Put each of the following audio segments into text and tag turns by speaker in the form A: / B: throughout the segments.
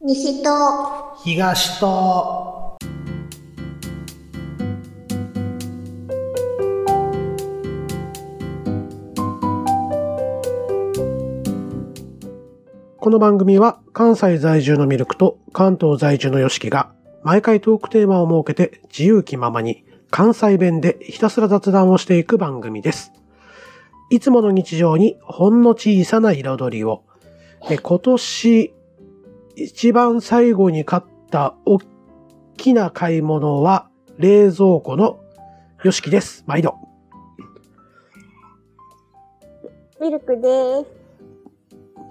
A: 西と
B: 東とこの番組は関西在住のミルクと関東在住のヨシキが毎回トークテーマを設けて自由気ままに関西弁でひたすら雑談をしていく番組です。いつもの日常にほんの小さな彩りを。で今年一番最後に買った大きな買い物は冷蔵庫のヨシキです。毎度。
A: ミルクです。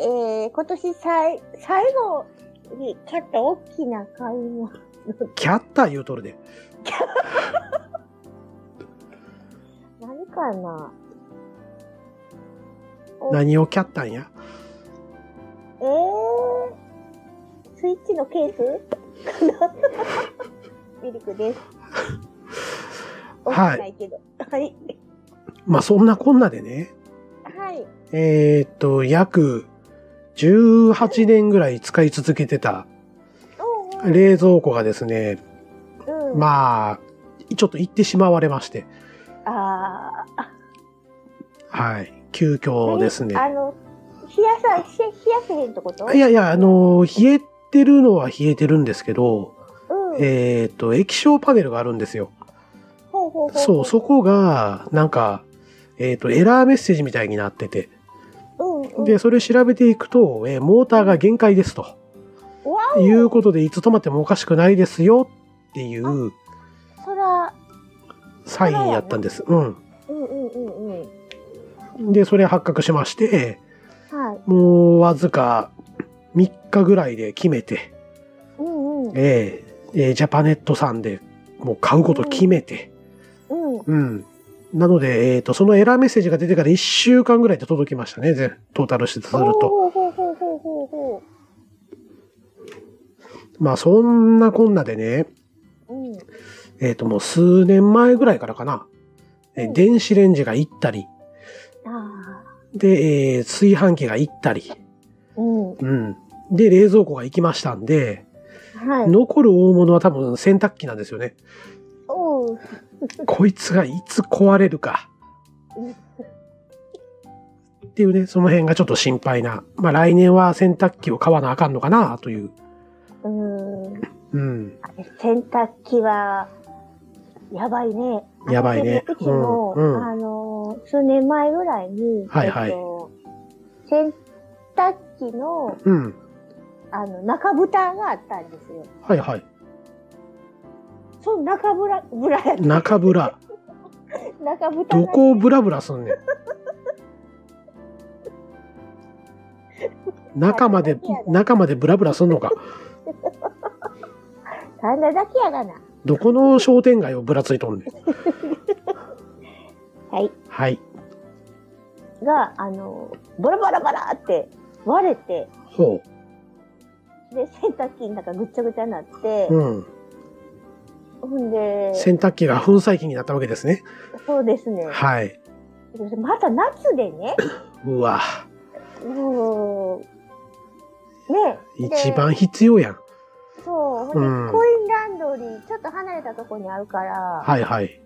A: えー、今年最、最後に買った大きな買い物。
B: キャッター言うとるで。
A: 何かな
B: 何をキャッターんや
A: えー、スイッチのケース かなミルクです。
B: はい
A: 大きないけど。はい。
B: まあそんなこんなでね。
A: はい。
B: えーっと、約18年ぐらい使い続けてた
A: おう
B: 冷蔵庫がですね、
A: おううん。
B: まあ、ちょっと行ってしまわれまして、
A: あー。
B: はい。急遽ですね。
A: あの、冷やさ、冷冷やせへんってこと
B: いやいや、あ、の、冷えてるのは冷えてるんですけど、
A: うん。
B: えーっと、液晶パネルがあるんですよ。
A: ほうほうほう。
B: そう、そこが、なんか、えーっと、エラーメッセージみたいになってて、
A: うん、うん。
B: で、それ調べていくと、えーモーターが限界ですと。
A: わお
B: いうことで、いつ止まってもおかしくないですよっていう、
A: そら、
B: サインやったんです。う
A: うんうんうんうん。
B: ん。で、それ発覚しまして、
A: はい。
B: もうわずか3日ぐらいで決めて、
A: うんうん。
B: ええええジャパネットさんでもう買うこと決めて、
A: うん。
B: うん。なので、えっ、と、そのエラーメッセージが出てから1週間ぐらいで届きましたね、全トータルしてすると。
A: ほうほうほうほうほうほ
B: まあ、そんなこんなでね、
A: う。うん。
B: えっ、と、もう数年前ぐらいからかな、え
A: うん
B: 電子レンジが行ったり、
A: あ
B: で、えー炊飯器が行ったり、
A: あ。うん。
B: うん。で、冷蔵庫が行きましたんで、
A: はい。
B: 残る大物は多分洗濯機なんですよね。
A: おう。
B: こいつがいつ壊れるか。っていうね、その辺がちょっと心配な。まあ来年は洗濯機を買わなあかんのかなという。
A: うーん。
B: うん。
A: 洗濯機は、やばいね。
B: やばいね
A: うちも、
B: うんうん
A: あのー、数年前ぐらいに、
B: はいはい
A: えっと、洗濯機の、
B: うん。
A: あの、中蓋があったんですよ。
B: はいはい。
A: その中ぶら、ぶらやった
B: 中ぶら。
A: 中蓋
B: ど
A: が
B: こをブラブラすんねん。中まで、中までブラブラすんのか。
A: あんなだけやがな。
B: どこの商店街をぶらついとんねん。
A: はい。
B: はい。
A: が、あの、ボラボラボラって割れて、
B: ほ
A: で、洗濯機の中ぐっちゃぐちゃになって
B: う。、うん。
A: ほんで、
B: 洗濯機が粉砕機になったわけですね。
A: そうですね。
B: はい。
A: でまた夏 でね、
B: うわ。
A: もう、ね、で
B: 一。番必要やん。
A: そう、ほんで、
B: うん
A: コインランドリー、ちょっと離れたとこにあるから、
B: はいはい。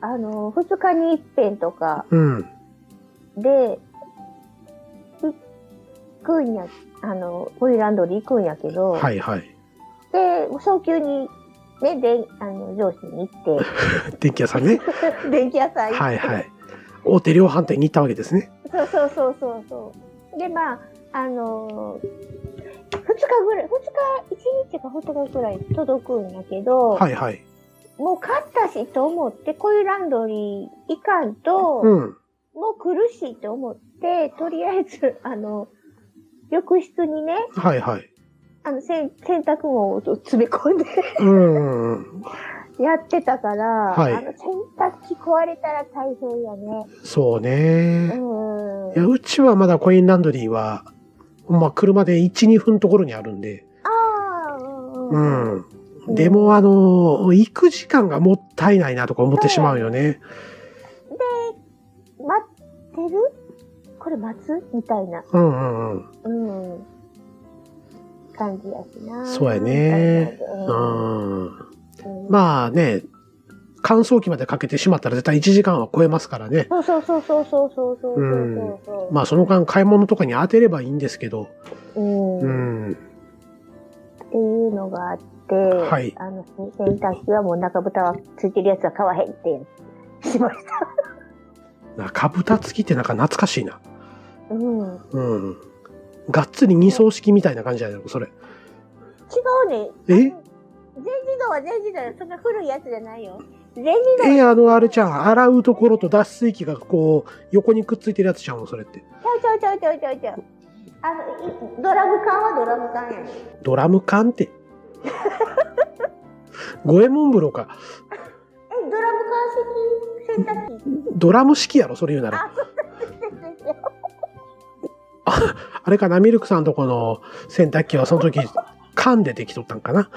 A: あの、二日に一遍とか
B: うん。
A: で、行くんや、あの、コインランドリー行くんやけど、
B: はいはい。
A: で、早急に、ね、で、あの、上司に行っ
B: 電気屋さんね。
A: て、電気屋さん行って、
B: はいはい。大手量販店に行ったわけですね。
A: そうそうそうそうそう。で、まあ、あのー、2日ぐらい、2日、1日か2日ぐらい届くんやけど、
B: はいはい。
A: もう買ったしと思って、こういうランドリー行かんと、
B: うん。
A: もう苦しいと思って、とりあえず、あの、浴室にね、
B: はいはい。
A: あの、せん洗濯物を詰め込んで
B: うんうん。
A: やってたから、
B: はい
A: あの、洗濯機壊れたら大変やね。
B: そう
A: う
B: ね。
A: ーん。
B: いや、うちはまだコインランドリーは、まあ、車で1、2分ところにあるんで。
A: ああ、う。
B: うんん。でも、あのー、行く時間がもったいないなとか思ってしまうよね。
A: 待ってるこれ待つみたいな。
B: うんうんうん。
A: うん。感じやしな。
B: そうやね
A: うん。
B: うん。
A: うん
B: まあね、乾燥機までかけてしまったら絶対1時間は超えますからね。
A: そうそうそうそうそうそうそうそう
B: うん
A: そうそう。
B: まあその間買い物とかに当てればいいんですけど。
A: うん
B: う
A: っ
B: ん。
A: ていうのがあって、
B: はい
A: あの洗濯機はもう中蓋はついてるやつは買わへんってしました。
B: 中蓋付きってなんか懐かしいな。
A: うん。違
B: うん。がっつり二層式みたいな感じやろ、それ。
A: うね。
B: え
A: 全自動は全自動よ。そんな古いやつじゃないよ。全自動
B: え、あの、あれちゃん、洗うところと脱水機がこう、横にくっついてるやつちゃうん、それって。
A: ちゃうちゃうちゃうちゃうちゃうちゃう。あの、いドラム缶はドラム缶やね
B: ドラム缶って。五右衛門風呂か。
A: え、ドラム缶式洗濯 機
B: ドラム式やろ、それ言うなら。
A: あ、そうそうそうそう
B: あれかな、ミルクさんとこの洗濯機はその時、缶でできとったんかな。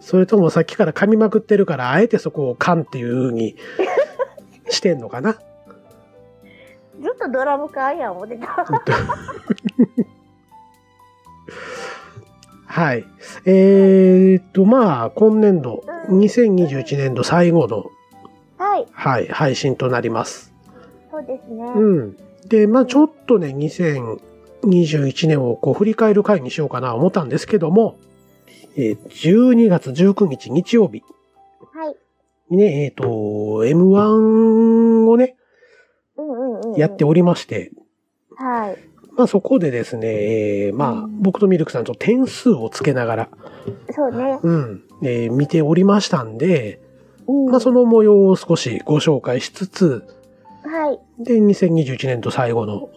B: それともさっきから噛みまくってるから、あえてそこを缶っていう風にしてんのかな。
A: ずっとドラム缶やん、思ってた。
B: はい。えー、っと、まあ、今年度、2021年度最後の、
A: はい、
B: はい、配信となります。
A: そうですね。
B: うん。で、まあ、ちょっとね、2021年をこう振り返る回にしようかな思ったんですけども、えー12月19日日曜日
A: はい。
B: にね、えっ、と、M1 をね、
A: うんうんうんうん。
B: やっておりまして、
A: はい。
B: まあそこでですね、えーまあ
A: うん
B: 僕とミルクさんと点数をつけながら、
A: そうね。
B: うん、えー見ておりましたんで、
A: うん
B: まあその模様を少しご紹介しつつ、
A: はい。
B: で、2021年度最後の、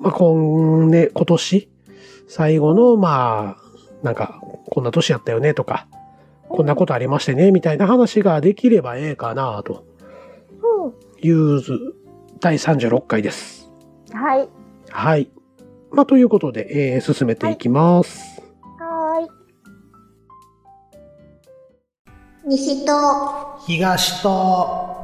B: まあ今年、今年、最後の、まあ、なんか、こんな年やったよねとか、こんなことありましてね、みたいな話ができればええかなと
A: う
B: いう、第36回です。
A: ん。はい。
B: はい。まあ、ということで、えー進めていきます。
A: はーい。西と。
B: 東と。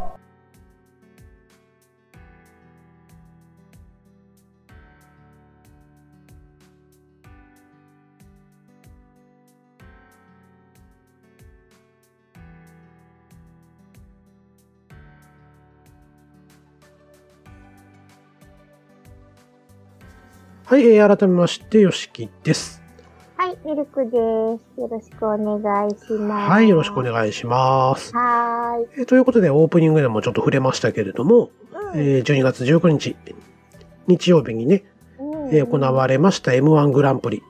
B: はい、えー改めまして、よしきです。
A: はい、ミルクです。よろしくお願いします。
B: はい、よろしくお
A: いし
B: 願いします。
A: はーい。
B: えーということで、オープニングでもちょっと触れましたけれども、
A: うん
B: えー12月19日、日曜日にね、
A: うん
B: えー行われました M1 グランプリ。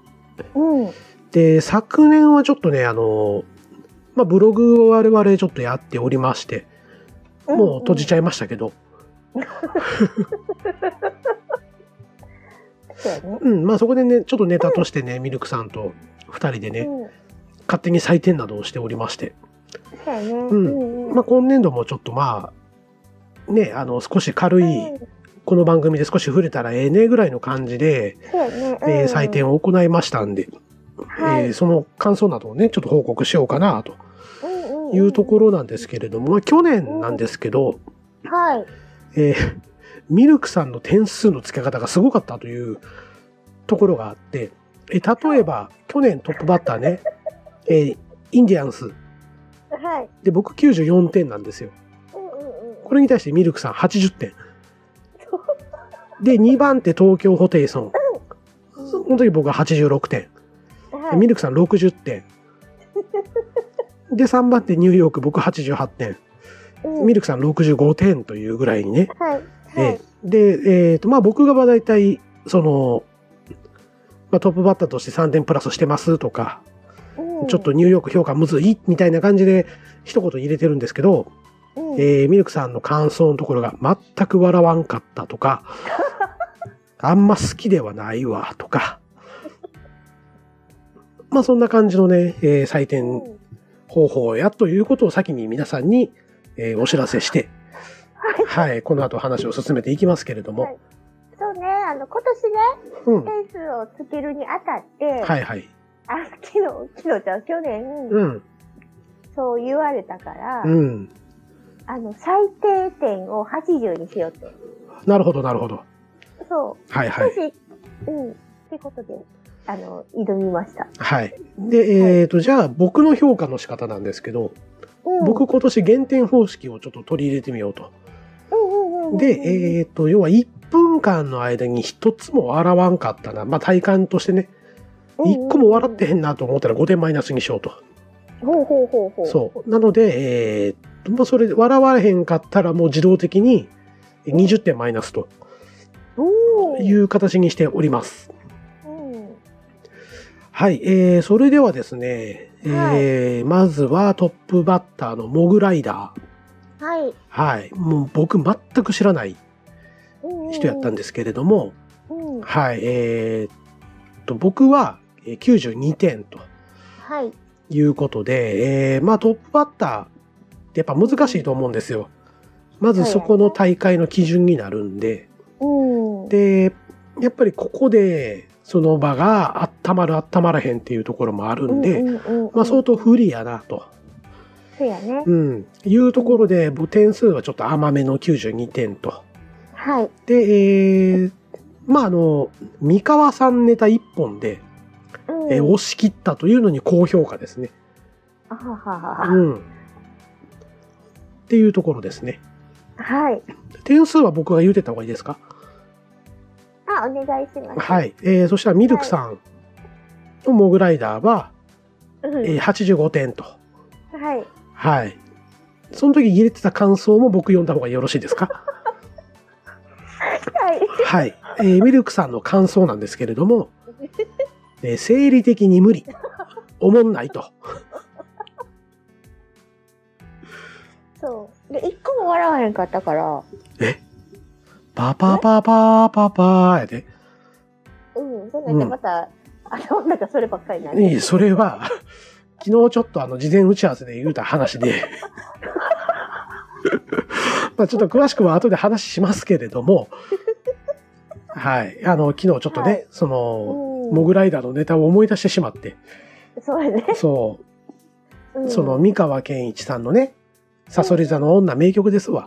A: うん。
B: で、昨年はちょっとね、あの、まあ、ブログを我々ちょっとやっておりまして、もう閉じち
A: ゃ
B: ゃいましたけど、
A: うん。うん
B: うん、まあ、そこでね、ちょっとネタとしてね、ミルクさんと2人でね、
A: うん
B: 勝手に採点などをしておりまして、
A: そうやね。
B: ん
A: うんうん
B: まあ、今年度もちょっとまあ、ね、あの、少し軽い、
A: うん
B: この番組で少し触れたらええねぐらいの感じで、
A: そうやね。
B: えー
A: うん
B: 採。点を行いましたんで、
A: は
B: えー
A: い。
B: その感想などをね、ちょっと報告しようかなと
A: うん
B: いうとこ
A: ろ。
B: ろなんですけれども、まあ、去年なんですけど、
A: はい。
B: えーミルクさんの点数の付け方がすごかったというところがあって、えー例えば、去年トップバッターね、えーインディアンス。
A: はい。
B: で、僕94点なんですよ。
A: うんうんうん。
B: これに対してミルクさん80点。で、2番手東京ホテイソン。その時僕は86点。
A: は
B: で
A: い。
B: ミルクさん60点。で、3番手ニューヨーク、僕88点。ミ
A: る。
B: ルクさん65点というぐらいにね、
A: はい。は
B: え
A: い。
B: えで、えっ、と、まあ、僕がまあ大体、その、まあ、トップバッターとして3点プラスしてますとか、
A: うん
B: ちょっと。ニューヨーク評価むずいみたいな感じで一言入れてるんですけど、
A: うん
B: えーミルクさんの感想のところが全く笑わんかったと か、あんま好きではないわとか、まあそんな感じのね、えー採点
A: うん
B: 方法やということを先に皆さんに、えーお知らせして、はい、この後話を進めていきますけれども、
A: はいそうね、あの、今
B: うん。
A: 年ね、点数をつけるにあたって、
B: はいはい。
A: あ、昨日、昨日じゃん、去年、
B: うん。
A: そう言われたから、
B: うん。
A: あの、最低点を80にしようって。
B: なるほど、なるほど。
A: そう。
B: はいは
A: 少
B: い
A: し、。うん。ってことで、あの、挑みました。
B: はい。で、えっと、じゃあ僕の評価の仕方なんですけど、
A: うん、
B: 僕今年減点方式をちょっと取り入れてみようと。
A: うんうんうんうん、
B: で、えっと、要は1分間の間に1つも笑わんかったな。まあ体感としてね、
A: うんうん
B: 1個も笑ってへんなと思ったら5点マイナスにしようと。
A: ほうほうほうほう。
B: そう。なので、えーっと、まあ、それで笑われへんかったらもう自動的に20点マイナスと
A: おー
B: いう形にしております。
A: うん。
B: はい。えー、それではですね、えーまずはトップバッターのモグライダー。
A: はい。
B: はい。もう僕全く知らない
A: うんうん
B: 人やったんですけれども、
A: うん。は
B: はい。えーっと、僕はえー92点と
A: い。
B: いうことで、えーまあトップバッターってやっぱ難しいと思うんですよ。まずそこの大会の基準になるんで、
A: うん。
B: で、やっぱりここで、その場が温まる温まらへんっていうところもあるんで、
A: うんうんうんうん
B: まあ相当不利やなと、
A: そうやね。
B: うん、いうところで、僕点数はちょっと甘めの92点と。
A: はい。
B: で、えー、まああの、三河さんネタ1本で、
A: うん
B: えー押し切ったというのに高評価ですね。
A: あはは
B: う
A: はは。
B: ん。っていうところですね。
A: はい。
B: 点数は僕が言うてた方がいいですか
A: あ、お願いします。
B: はい。えー、そしたらミルクさんのモグライダーは、
A: うん。
B: えー85点と。
A: はい。
B: はい。その時入れてた感想も僕読んだ方がよろしいですか
A: はい。
B: はい。えーミルクさんの感想なんですけれど も、えー生理的に無理。おもんないと。
A: そう。で、一個も笑わへんかったから、
B: パパパパパパーやで。
A: うん。そんなんでまた、あの、なんかそればっかりなんで。
B: いいそれは、昨日ちょっとあの、事前打ち合わせで言うた話で、 まあちょっと詳しくは後で話しますけれども、はい。あの、昨日ちょっとね、
A: はい
B: そ
A: うん
B: の、モグライダーのネタを思い出してしまっ て、
A: そうやね。
B: そう、
A: うん
B: その、三河健一さんのね、サソリ座の女名曲ですわ。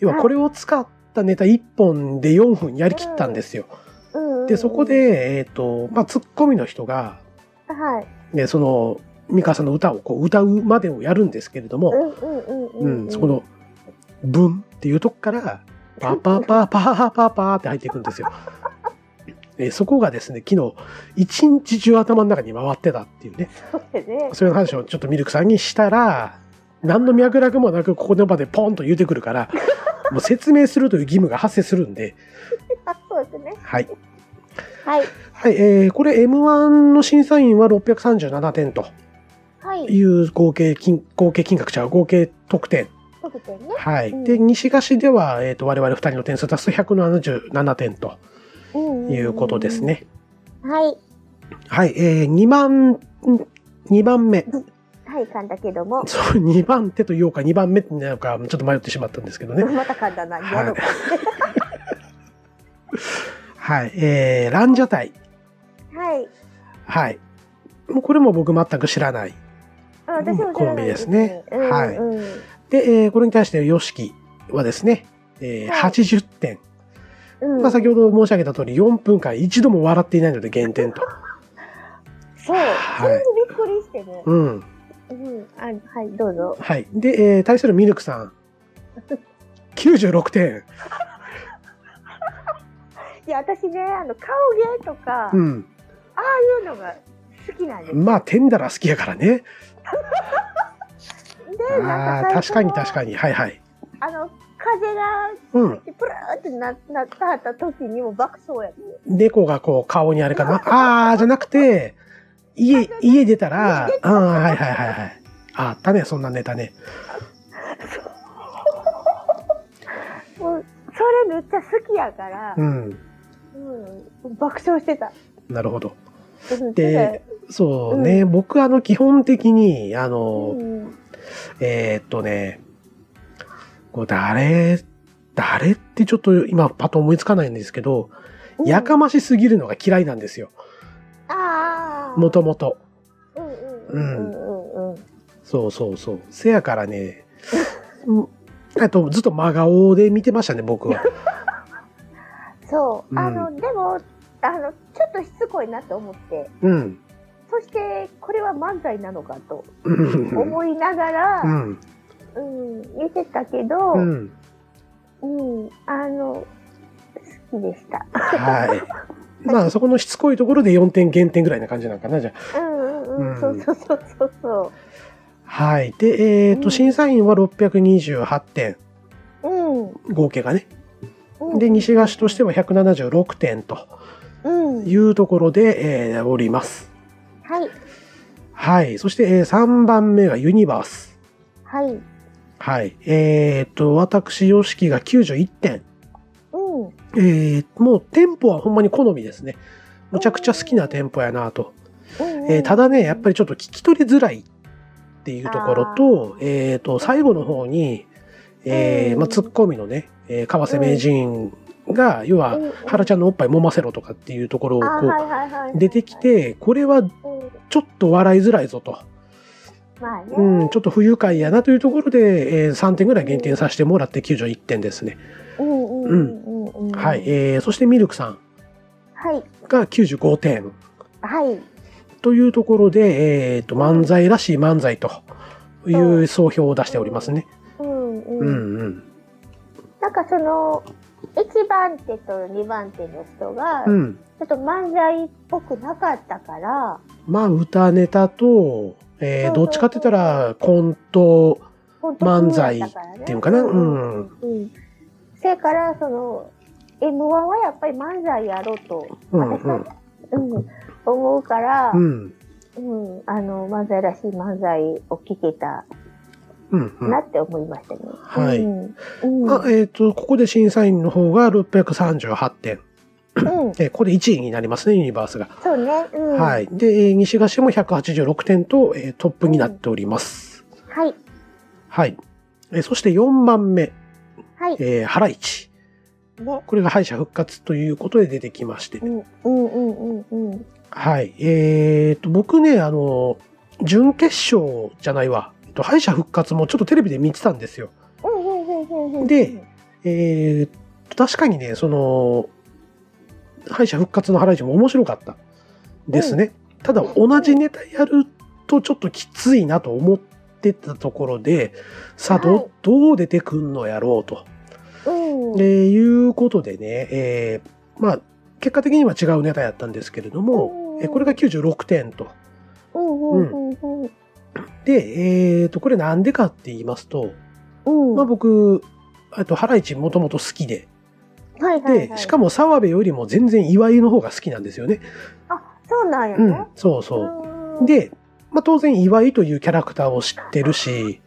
B: 要は
A: はい
B: これを使ったネタ1本で4分やりきったんですよ。
A: うんうん
B: で、そこ、で、えっ、と、まあ、ツッコミの人が、
A: はい。
B: ね、その、三河さんの歌をこう歌うまでをやるんですけれど
A: う
B: も、
A: んうんうん
B: う
A: うん。
B: ん、そこの、ブンっていうとこから、パパパパパパって入っていくん ですよ。えそこがですね、昨日、一日中頭の中に回ってたっていうね。
A: そうやね。
B: そういう話をちょっとミルクさんにしたら、何の脈絡もなくここの場でポンと言うてくるから、 もう説明するという義務が発生するんで、
A: あ、そうですね。
B: はい。
A: はい。
B: はい、えー、これ M1 の審査員は637点と
A: はい。
B: いう合計金、合計金額ちゃう、合計得点。
A: 特典ね。
B: はい。
A: うん
B: で、西菓子では、えっ、と、我々二人の点数足す177点と
A: うんんん
B: いうことです。ね。
A: はい。
B: はい、えー、2番、2番目。
A: はい、噛んだけども。
B: そう、2番手と言おうか2番目なのか、ちょっと迷ってしまったんですけどね。
A: また噛んだな。嫌だ。
B: はい。えー、ランジャタイ。
A: はい。
B: はい。もうこれも僕全く知らない。
A: あ私も知らない
B: コンビですねはい
A: うんうん
B: で、えーこれに対して YOSHIKI はですね、えー
A: はい
B: 80点。
A: うん
B: まあ、先ほど申し上げた通り、4分間一度も笑っていないので減点と。
A: そう。
B: はい
A: それにびっくりしてね。
B: うん。
A: うん。あはい、どうぞ。
B: はい。で、えー対するミルクさん。96点。
A: いや、私ね、あの、顔芸とか、
B: うん。
A: ああいうのが好きなんです。
B: まあ、天だら好きやからね。
A: で、な
B: あ
A: ん
B: あ、
A: か
B: 確かに確
A: か
B: かに。はいはい。
A: に。あの、風が、
B: うん。
A: プルーってななったはった時にも爆笑やって。
B: 猫がこう顔にあれかな。あー、じゃなくて、家、家出たら、うん、はいはいはいはい。あったね、そんなネタね。
A: もう、それめっちゃ好きやから
B: う、ん。
A: うん、爆笑してた。
B: なるほど。
A: うん
B: で、そうね、僕あの基本的に、あ
A: う
B: の、
A: ん、
B: えーっとね、こう誰、誰ってちょっと今パッと思いつかないんですけど、
A: うん
B: やかましすぎるのが嫌いなんですよ。
A: ああ。
B: もともと。
A: うんうんうんうんうんうん。
B: そうそうそう。せやから ね、うんあとずっと真顔で見てましたね、僕は。
A: そう。
B: うん
A: あの、でも、あの、ちょっとしつこいなと思って、
B: うん。
A: そして、これは漫才なのかと
B: うん。
A: 思いなが
B: う
A: ら、
B: ん。
A: うん、見てたけど、
B: う
A: うん、
B: ん。
A: あの、好きでした。
B: はい。 まあ、そこのしつこいところで4点減点ぐらいな感じなのかな、じゃあ。
A: うんうん
B: う
A: うんん、そうそうそうそうそ
B: はい。で、えっ、
A: う
B: と、
A: ん
B: 審査員は628点、
A: う。うん
B: 合計がね。
A: うん。
B: で、西菓子としては176点と
A: うん。
B: いうところで、えーおります。
A: はい。
B: はい。そして、え3番目がユニバース。
A: はい。
B: はい。えっ、と、私、ヨシキが91点。
A: うん。
B: えーもう店舗はほんまに好みですね。むちゃくちゃ好きな店舗やなと。えーただね、やっぱり
A: り、
B: ちょっと聞き取りづらいっていうところと、えっ、と、最後の方に、えー
A: うん
B: まあ、ツッコミのね、えー川瀬名人が、要は、原ち
A: ゃ
B: ゃ
A: ん
B: んのおっぱい揉ませろとかっていうところをこ
A: あーは
B: う、
A: いはいはい
B: 出てき、て、これは
A: うん
B: ちょっと笑いづらいぞと。
A: まあね。
B: うん、ちょっと不愉快やなというところで、えー3点ぐらい減点させてもらって91点ですね。
A: うんうんうんうんうん。
B: はい。。えーそしてミルクさん
A: はい。
B: が95点。
A: はい。
B: というところで、えっ、と、漫才らしい漫才とい
A: そうう
B: 総評を出しておりますね。
A: うん
B: う
A: うん。
B: んうん。
A: なんかその、一番手と二番手の人
B: う
A: が、ち
B: ん。
A: ょっと漫才っぽくなかったから、
B: まあ、歌ネタと、えー
A: そうそ
B: ど
A: う
B: っちかって言ったら、コント、
A: 本当にそうだたらね
B: 漫才っていうかなうん
A: うん。せやから、その、M1 はやっぱり漫才やろうと、
B: うんうん。
A: うん、思うから、
B: うん。
A: うん、あの、漫才らしい漫才を聞けた
B: うん、うん
A: な。って思いましたね。
B: はい
A: うん。うん。
B: あえっ、と、ここで審査員の方が638点。
A: うん
B: えーここで1位になりますね、ユニバースが。
A: そうね。うん。。
B: はいい。で、えー西菓子も186点と、えートップになっております。
A: はい。
B: はい。えーそして4番目、
A: はい。
B: えー、ハライチ。
A: ね。
B: これが敗者復活ということで出てきまして
A: う。ん、うん、うん、うん、うん。
B: はい。えー、と、僕ね、あの、準決勝じゃないわ。えっと敗者復活もちょっとテレビで見てたんですよ。
A: うん、うん、うんうん、うん。
B: で、えーと、確かにね、その、敗者復活のハライチも面白かったですね。ただ、同じネタやるとちょっときついなと思ってたところで、さあ、ど、
A: はい
B: どう出てくんのやろうと。
A: うん。
B: でいうことでね、えーまあ、結果的には違うネタやったんですけれども、
A: うん
B: えこれが96点と。
A: うん、うん、うん、うん。
B: で、えー、と、これなんでかって言いますと、
A: うん。
B: まあ僕、えっと、ハライチもともと好きで、
A: はい、はい。
B: で、しかも澤部よりも全然岩井の方が好きなんですよね。
A: も。あ、そうなんや
B: う
A: ね
B: ん。、そうそう。
A: う
B: で、まあ当然岩井というキャラクターを知ってるし、
A: はいはい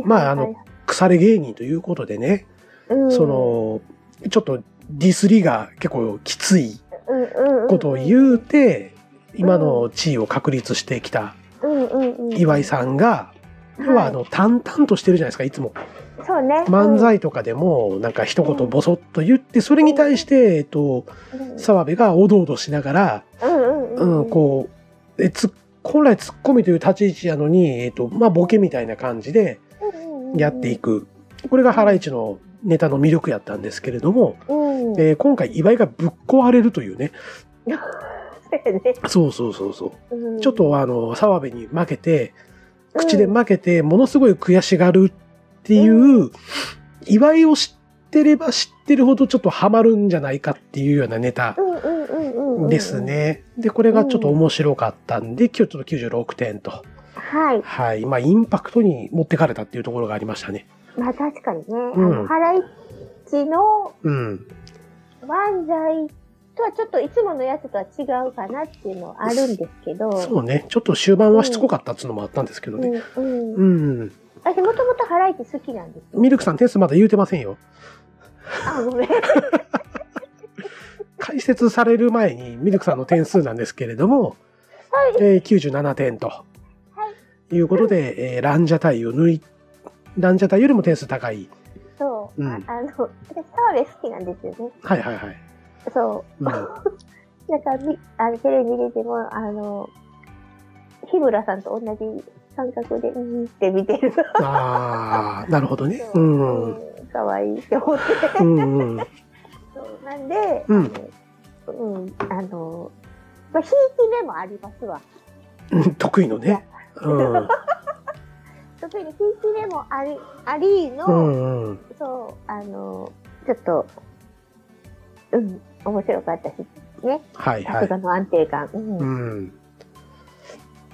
A: はい、
B: まああの、腐れ芸人ということでね、
A: うん
B: そ、の、ちょっとディスりが結構きつい
A: うんうんうん
B: ことを言うて、今の地位を確立してきた
A: うんうんうん、
B: 岩井さんが、
A: はい
B: 要はあの、淡々としてるじゃないですか、いつも。
A: そうね。
B: 漫才とかでも、なんか一言ボソッと言って、それに対して、えっと、
A: うん
B: 澤部がおどおどしながら、
A: うんう
B: うん
A: うん
B: ん、こう、え、つ、本来ツッコミという立ち位置やのに、えっと、まあ、ボケみたいな感じで
A: うんうん
B: やってい。く。これがハライチのネタの魅力やったんですけれども、
A: うん。
B: えー今回岩井がぶっ壊れるというね。
A: そうやね
B: そうそうそうそう。
A: うん
B: ちょっとあの、澤部に負けて、口で負けて、ものすごい悔しがるっていう、祝いを知ってれば知ってるほどちょっとハマるんじゃないかっていうようなネタ
A: うんうんうんうんうん
B: です。ね。で、これがちょっと面白かったんで、今日ちょっと96点と。
A: はい。
B: はい。まあ、インパクトに持ってかれたっていうところがありましたね。
A: まあ確かにね。あ
B: うん
A: のハライチの
B: うん。
A: 漫才とはちょっといつものやつとは違うかなっていうのはあるんですけど。
B: そうね。ちょっと終盤はしつこかったっつうのもあったんですけどね。
A: うんうん。
B: うん。
A: 私もともとハライチ好きなんですよ。
B: ミルクさん点数まだ言うてませんよ。
A: あ、ごめん。
B: 解説される前にミルクさんの点数なんですけれども、
A: はい
B: えー97点と、い、うことで、えーランジャタイを抜い、ランジャタイよりも点数高い。
A: そう。あ
B: うん
A: あの、私澤部好きなんですよね。
B: はいはいはい。
A: そ
B: う
A: う。
B: ん、あ
A: なんかみ、あの、テレビ見てても、あの、日村さんと同じ感覚で、うんって見てる。
B: あー、なるほどね。うん。う
A: うん。かわいいって思って。
B: んうん。
A: そうなんで、
B: うん
A: あのうん、あの、まあ、ひいき目もありますわ。
B: うん得意のね。うん。
A: 特にひいき目もあり、ありの、
B: うんうん。
A: そう、あの、ちょっと、うん、面白かったし、
B: はい
A: さ
B: は
A: す
B: い
A: が。の安定感。うん
B: う
A: は
B: ん。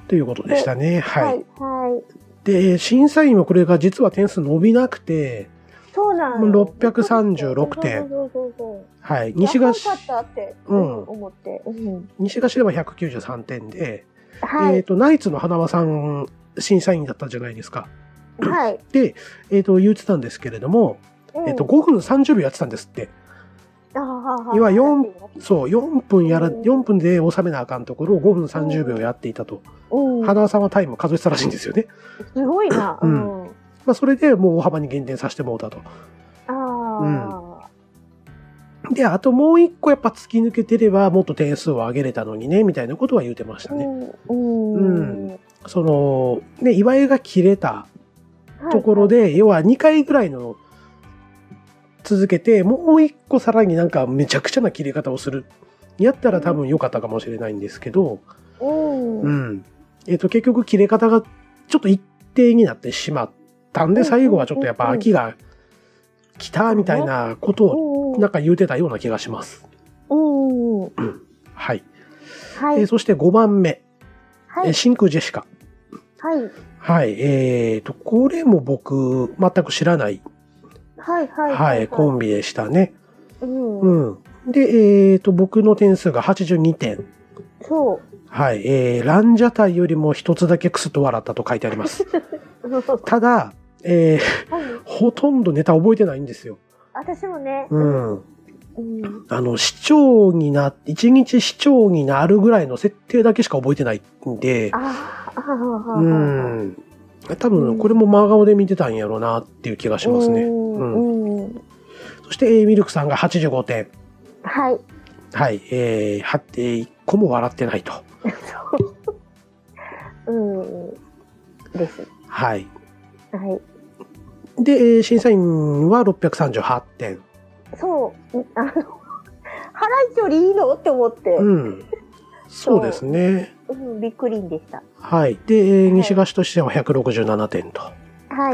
B: ということでしたね。はい。
A: い、はい。
B: で、審査員はこれが実は点数伸びなくて、
A: そうな
B: も
A: の。
B: う636点
A: そうそうそう
B: はい。
A: そう。
B: 西が
A: 若かったって、
B: うん
A: 思って。うん。
B: 西が市では193点で、
A: は
B: えっ、
A: い、
B: と、ナイツの花輪さん、審査員だったじゃないですか。
A: はい。
B: で、えっ、と、言ってたんですけれども、えっ、と、5分30秒やってたんですって。
A: うん、
B: 要は四
A: 4、
B: そう、4分やら、
A: うん
B: 4分で収めなあかんところを5分30秒やっていたと。
A: うん、
B: 花輪さんはタイム数えてたらしいんですよね。
A: すごいな。
B: う
A: うんん。
B: まあ、それでもう大幅に減点させてもうたと。
A: ああ、
B: で、あともう一個やっぱ突き抜けてればもっと点数を上げれたのにね、みたいなことは言うてました
A: う
B: ね。
A: ん。うん。
B: う
A: はい
B: その、ね、岩井が切れたところ。で、要は2回ぐらいの続けて、もう一個さらになんかめちゃくちゃな切れ方をする。やったら多分良かったかもしれないんですけど、
A: うん。
B: う
A: うん
B: ん。えっ、と、結局切れ方がちょっと一定になってしまったんで、
A: うん
B: 最後はちょっとやっぱ秋が来たみたいなことをなんか言うてたような気がします。
A: うん。うん。
B: はい。
A: は
B: え
A: い
B: ー。そして5番目、
A: は
B: えー
A: い。
B: 真空ジェシカ。
A: はい。
B: はい。えー、と、これも僕、全く知らない、
A: はい。はい。
B: はい、コンビでしたね。
A: うん。
B: うん。で、えー、と、僕の点数が82点。
A: そ
B: はい。えー、ランジャタイよりも一つだけクスと笑ったと書いてあり ます。
A: う。
B: ただ、えー、
A: はい
B: ほとんどネタ覚えてないんですよ。
A: 私もね。
B: うん。
A: うん。
B: あの、市長にな、一日市長になるぐらいの設定だけしか覚えてないんで、
A: ああ、ああ、ああ。
B: う。ん。多分、これも真顔で見てたんやろうなっていう気がしますね。
A: うん。うん。
B: そして、えーミルクさんが85点。
A: はい。
B: はい。えー、はえー一個も笑ってないと。
A: うん。です。
B: はい。
A: はい。
B: で、えー審査員は638点。
A: そう。あの、ハライチよりいいのって思って、
B: うん。そうですね。
A: うん、びっくりでした。
B: はい。で、えー西菓子としては167点と
A: は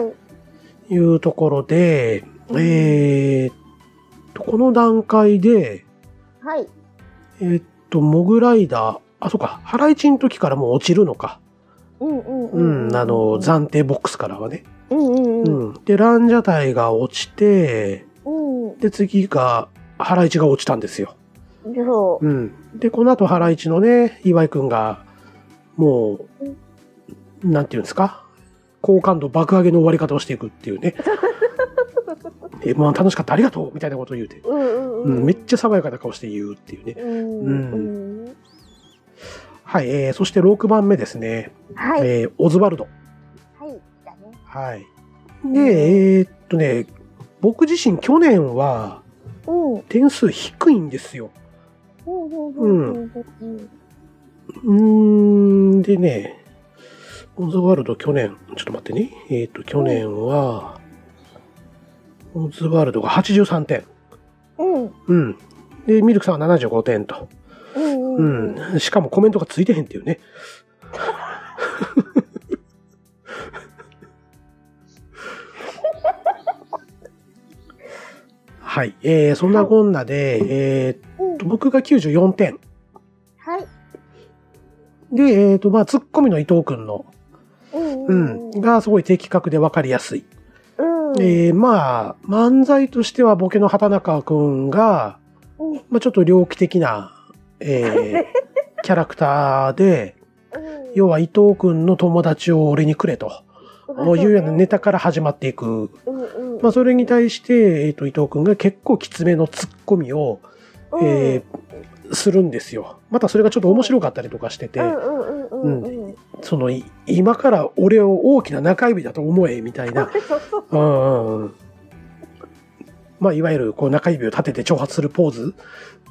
A: い。
B: いうところで、
A: うん
B: えーっと、この段階で、
A: はい。
B: えーっと、モグライダー、あ、そうか、ハライチの時からもう落ちるのか。
A: うんうん
B: う
A: うん。
B: ん、あの、暫定ボックスからはね。
A: うんうんうん。
B: うん。で、ランジャタイが落ちて、
A: うん。
B: で、次が、ハライチが落ちたんですよ。
A: そうう。
B: ん。で、この後、ハライチのね、岩井くんが、もう、なんていうんですか好感度爆上げの終わり方をしていくっていう ね。え、まあ楽しかった、ありがとうみたいなことを言うて。
A: うん
B: う、
A: うんん。
B: めっちゃ爽やかな顔して言うっていうね。
A: うん。うん。
B: はい、えー、そして6番目ですね。
A: はい。はい。
B: えー、オズバルド。
A: だね。
B: はい。で、えーっとね、僕自身去年は
A: うん。
B: 点数低いんですよ。
A: うんうんうんうん。
B: うーん、でね、オズワルド去年、ちょっと待ってね。えっ、と、去年は、オズワルドが83点。
A: うん。
B: うん。で、ミルクさんは75点と。
A: うん。
B: う
A: うん。
B: ん。しかもコメントがついてへんっていうね。はい。えー、そんなこんなで、えーっと、僕が94点。
A: はい。
B: で、えーっと、まあ、ツッコミの伊藤くんの
A: うん。
B: うん、がすごい的確で分かりやすい。
A: うん。
B: えーまあ、漫才としてはボケの畑中くんが、
A: うん
B: まあちょっと猟奇的な、え ーキャラクターで、要は伊藤くんの友達を俺にくれと、いうようなネタから始まっていく。
A: うんうん。
B: まあそれに対して、えっ、と、伊藤くんが結構きつめのツッコミを、えーするんですよ。またそれがちょっと面白かったりとかしてて、
A: うんうんうんうん。
B: その、い今から俺を大きな中指だと思え、みたい な。うんうんうんまあ、いわゆるこう中指を立てて挑発するポーズ、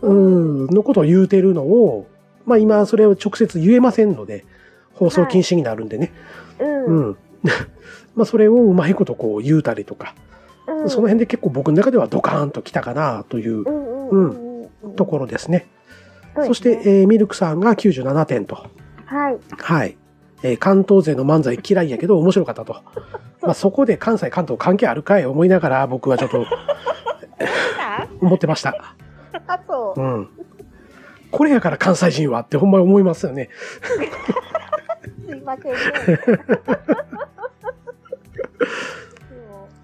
B: うん、のことを言うてるのを、まあ今それを直接言えませんので、放送禁止になるんでね。
A: う。
B: うんん。 まあそれをうまいことこう言うたりとか、
A: うん。
B: その辺で結構僕の中ではドカーンと来たかなという
A: うんうんうん。
B: ところですね。
A: そう
B: そ
A: で
B: し
A: すね
B: て、えーミルクさんが97点と。
A: はい。
B: はい。えー関東勢の漫才嫌いやけど面白かった と。まあそこで関西関東関係あるかい思いながら僕はちょっと思ってました。
A: あと、
B: うん。これやから関西人はってほんまに思いますよね。
A: すいませんね。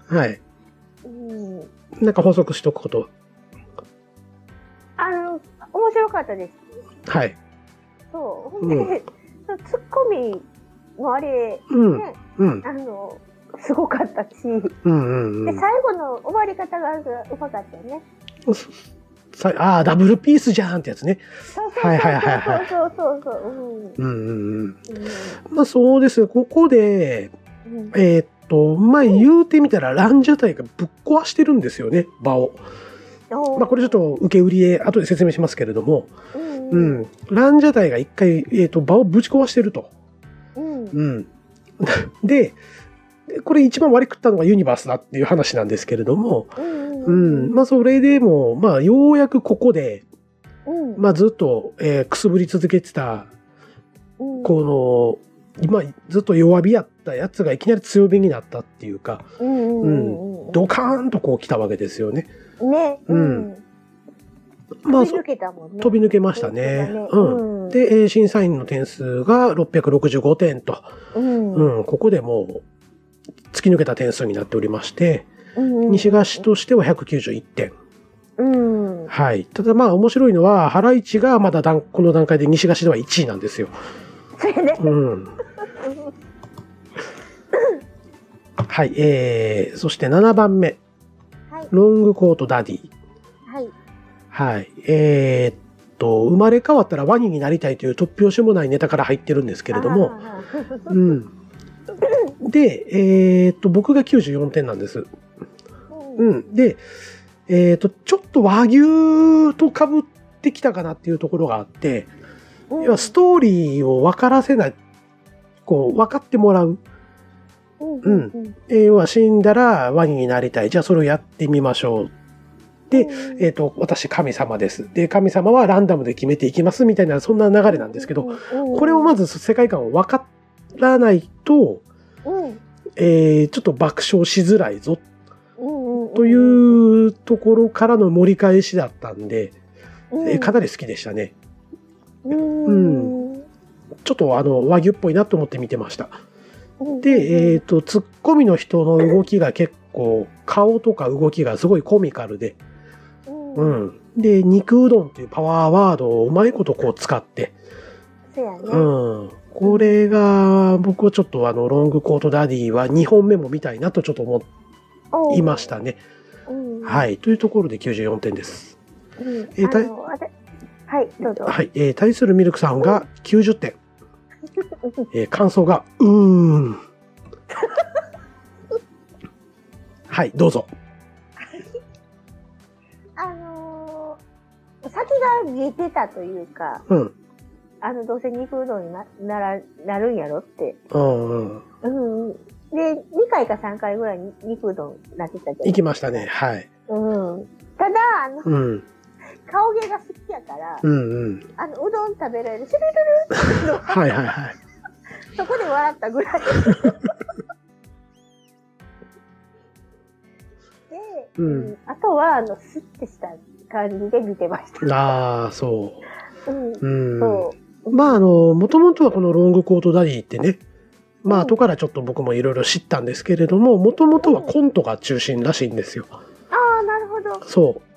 B: はい。
A: うんうん
B: なんか補足しとくこと。
A: あの、面白かったです。
B: はい。
A: そう。ほんで、そのツッコミのあれ、
B: うん。
A: ね、
B: うん。
A: あの、すごかったし、で、
B: うんうんうん。
A: 最後の終わり方がうまかったよね。
B: さああ、ダブルピースじゃんってやつね。
A: そうそう
B: はいはいはいはい
A: そうそうそうそう。うん
B: うんうんうん。
A: う
B: まあそうですね。ここで、
A: んうん
B: えーっと、まあ言うてみたらランジャタイがぶっ壊してるんですよね、場を。まあこれちょっ、と受け売りへ後で説明しますけれども、
A: うん
B: う。ん。ランジャタイが一回、えーっと、場をぶち壊してると。
A: うん。
B: うん。 で、これ一番割り食ったのがユニバースだっていう話なんですけれども、
A: うん。
B: う
A: うん
B: ん。まあそれでも、まあようやくここで、
A: うん。
B: まあずっと、えーくすぶり続けてた
A: うん
B: この、今ずっと弱火やったやつがいきなり強火になったっていうか、
A: うんうんうん
B: ドカーンとこう来たわけですよね。
A: ね。
B: うん。ま
A: 飛
B: あ、
A: び
B: そ
A: 抜けたもんね。
B: 飛び抜けましたね
A: 飛び抜け。た
B: うん。
A: ね
B: で、えー審査員の点数が665点と、
A: うん。うん
B: うん、ここでもう突き抜けた点数になっておりまして、
A: うん
B: 西菓子としては191点。
A: うん。
B: はい。ただまあ面白いのは、ハライチがまだ段この段階で西菓子では1位なんですよ。
A: それね。
B: うん。はい。えー、そして7番目。
A: はい。
B: ロングコートダディ。
A: はい。
B: はい。えーっと、生まれ変わったらワニになりたいという突拍子もないネタから入ってるんですけれども、
A: あ
B: うん。で、えーっと、僕が94点なんです。
A: ー。う。
B: うんん。で、えーっと、ちょっと和牛と被ってきたかなっていうところがあって、
A: うん
B: 要はストーリーを分からせない、こう、分かってもらう。
A: うん
B: うんえー要は死んだらワニになりたい。じゃあそれをやってみましょう。でえーっと、私神様です。で、神様はランダムで決めていきますみたいな、そんな流れなんですけど、、これをま
A: ず、
B: ず世界観を分からないと、
A: うん
B: えーちょっと爆笑しづらいぞ
A: うんうん
B: とい、うところからの盛り返しだったんで、えーか
A: な
B: なり好きでしたね。
A: り、う。
B: うんちょっとあの和牛っぽいなと思って見てました。
A: うん
B: で、えっ、、と、ツッコミの人の動きが結構、顔とか動きがすごいコミカルで、
A: うん
B: う
A: うん。
B: ん。で、肉うどんっていうパワーワードをうまいことこう使って、
A: そうやね。
B: うん。これが、僕はちょっとあの、ロングコートダディは2本目も見たいなとちょっと思
A: おー
B: いまし。たね。
A: うん
B: はい。というところで94点です。
A: うん
B: えーた
A: あのわたはい、どうぞ。
B: はい。えー対するミルクさんが90点。えー感想が、うーん。 はい、どうぞ。
A: あのー先が見えてたというか、
B: うん。
A: あの、どうせ肉うどんになならなるんやろって。
B: うんうん。
A: うんうん。で、2回か3回ぐらいに肉うどんなってたじゃん。
B: いきましたね。はい。
A: うん。ただ、あの、
B: うん。
A: 顔芸が好きやから、
B: うんうん。
A: あの、うどん食べられる、シュルルルって
B: はいはいはい。
A: そこで笑っ たぐらい。で、
B: うん
A: うんあとは、あの、スッてした感じで見てました。
B: ああ、そ
A: うん。
B: う。うん。
A: そ
B: まあ、あの、もともとはこのロングコートダディってね、まあ、
A: うん
B: 後からちょっと僕もいろいろ知ったんですけれども、もともとはコントが中心らしいんですよ。
A: う。ああ、なるほど。
B: そう。
A: うん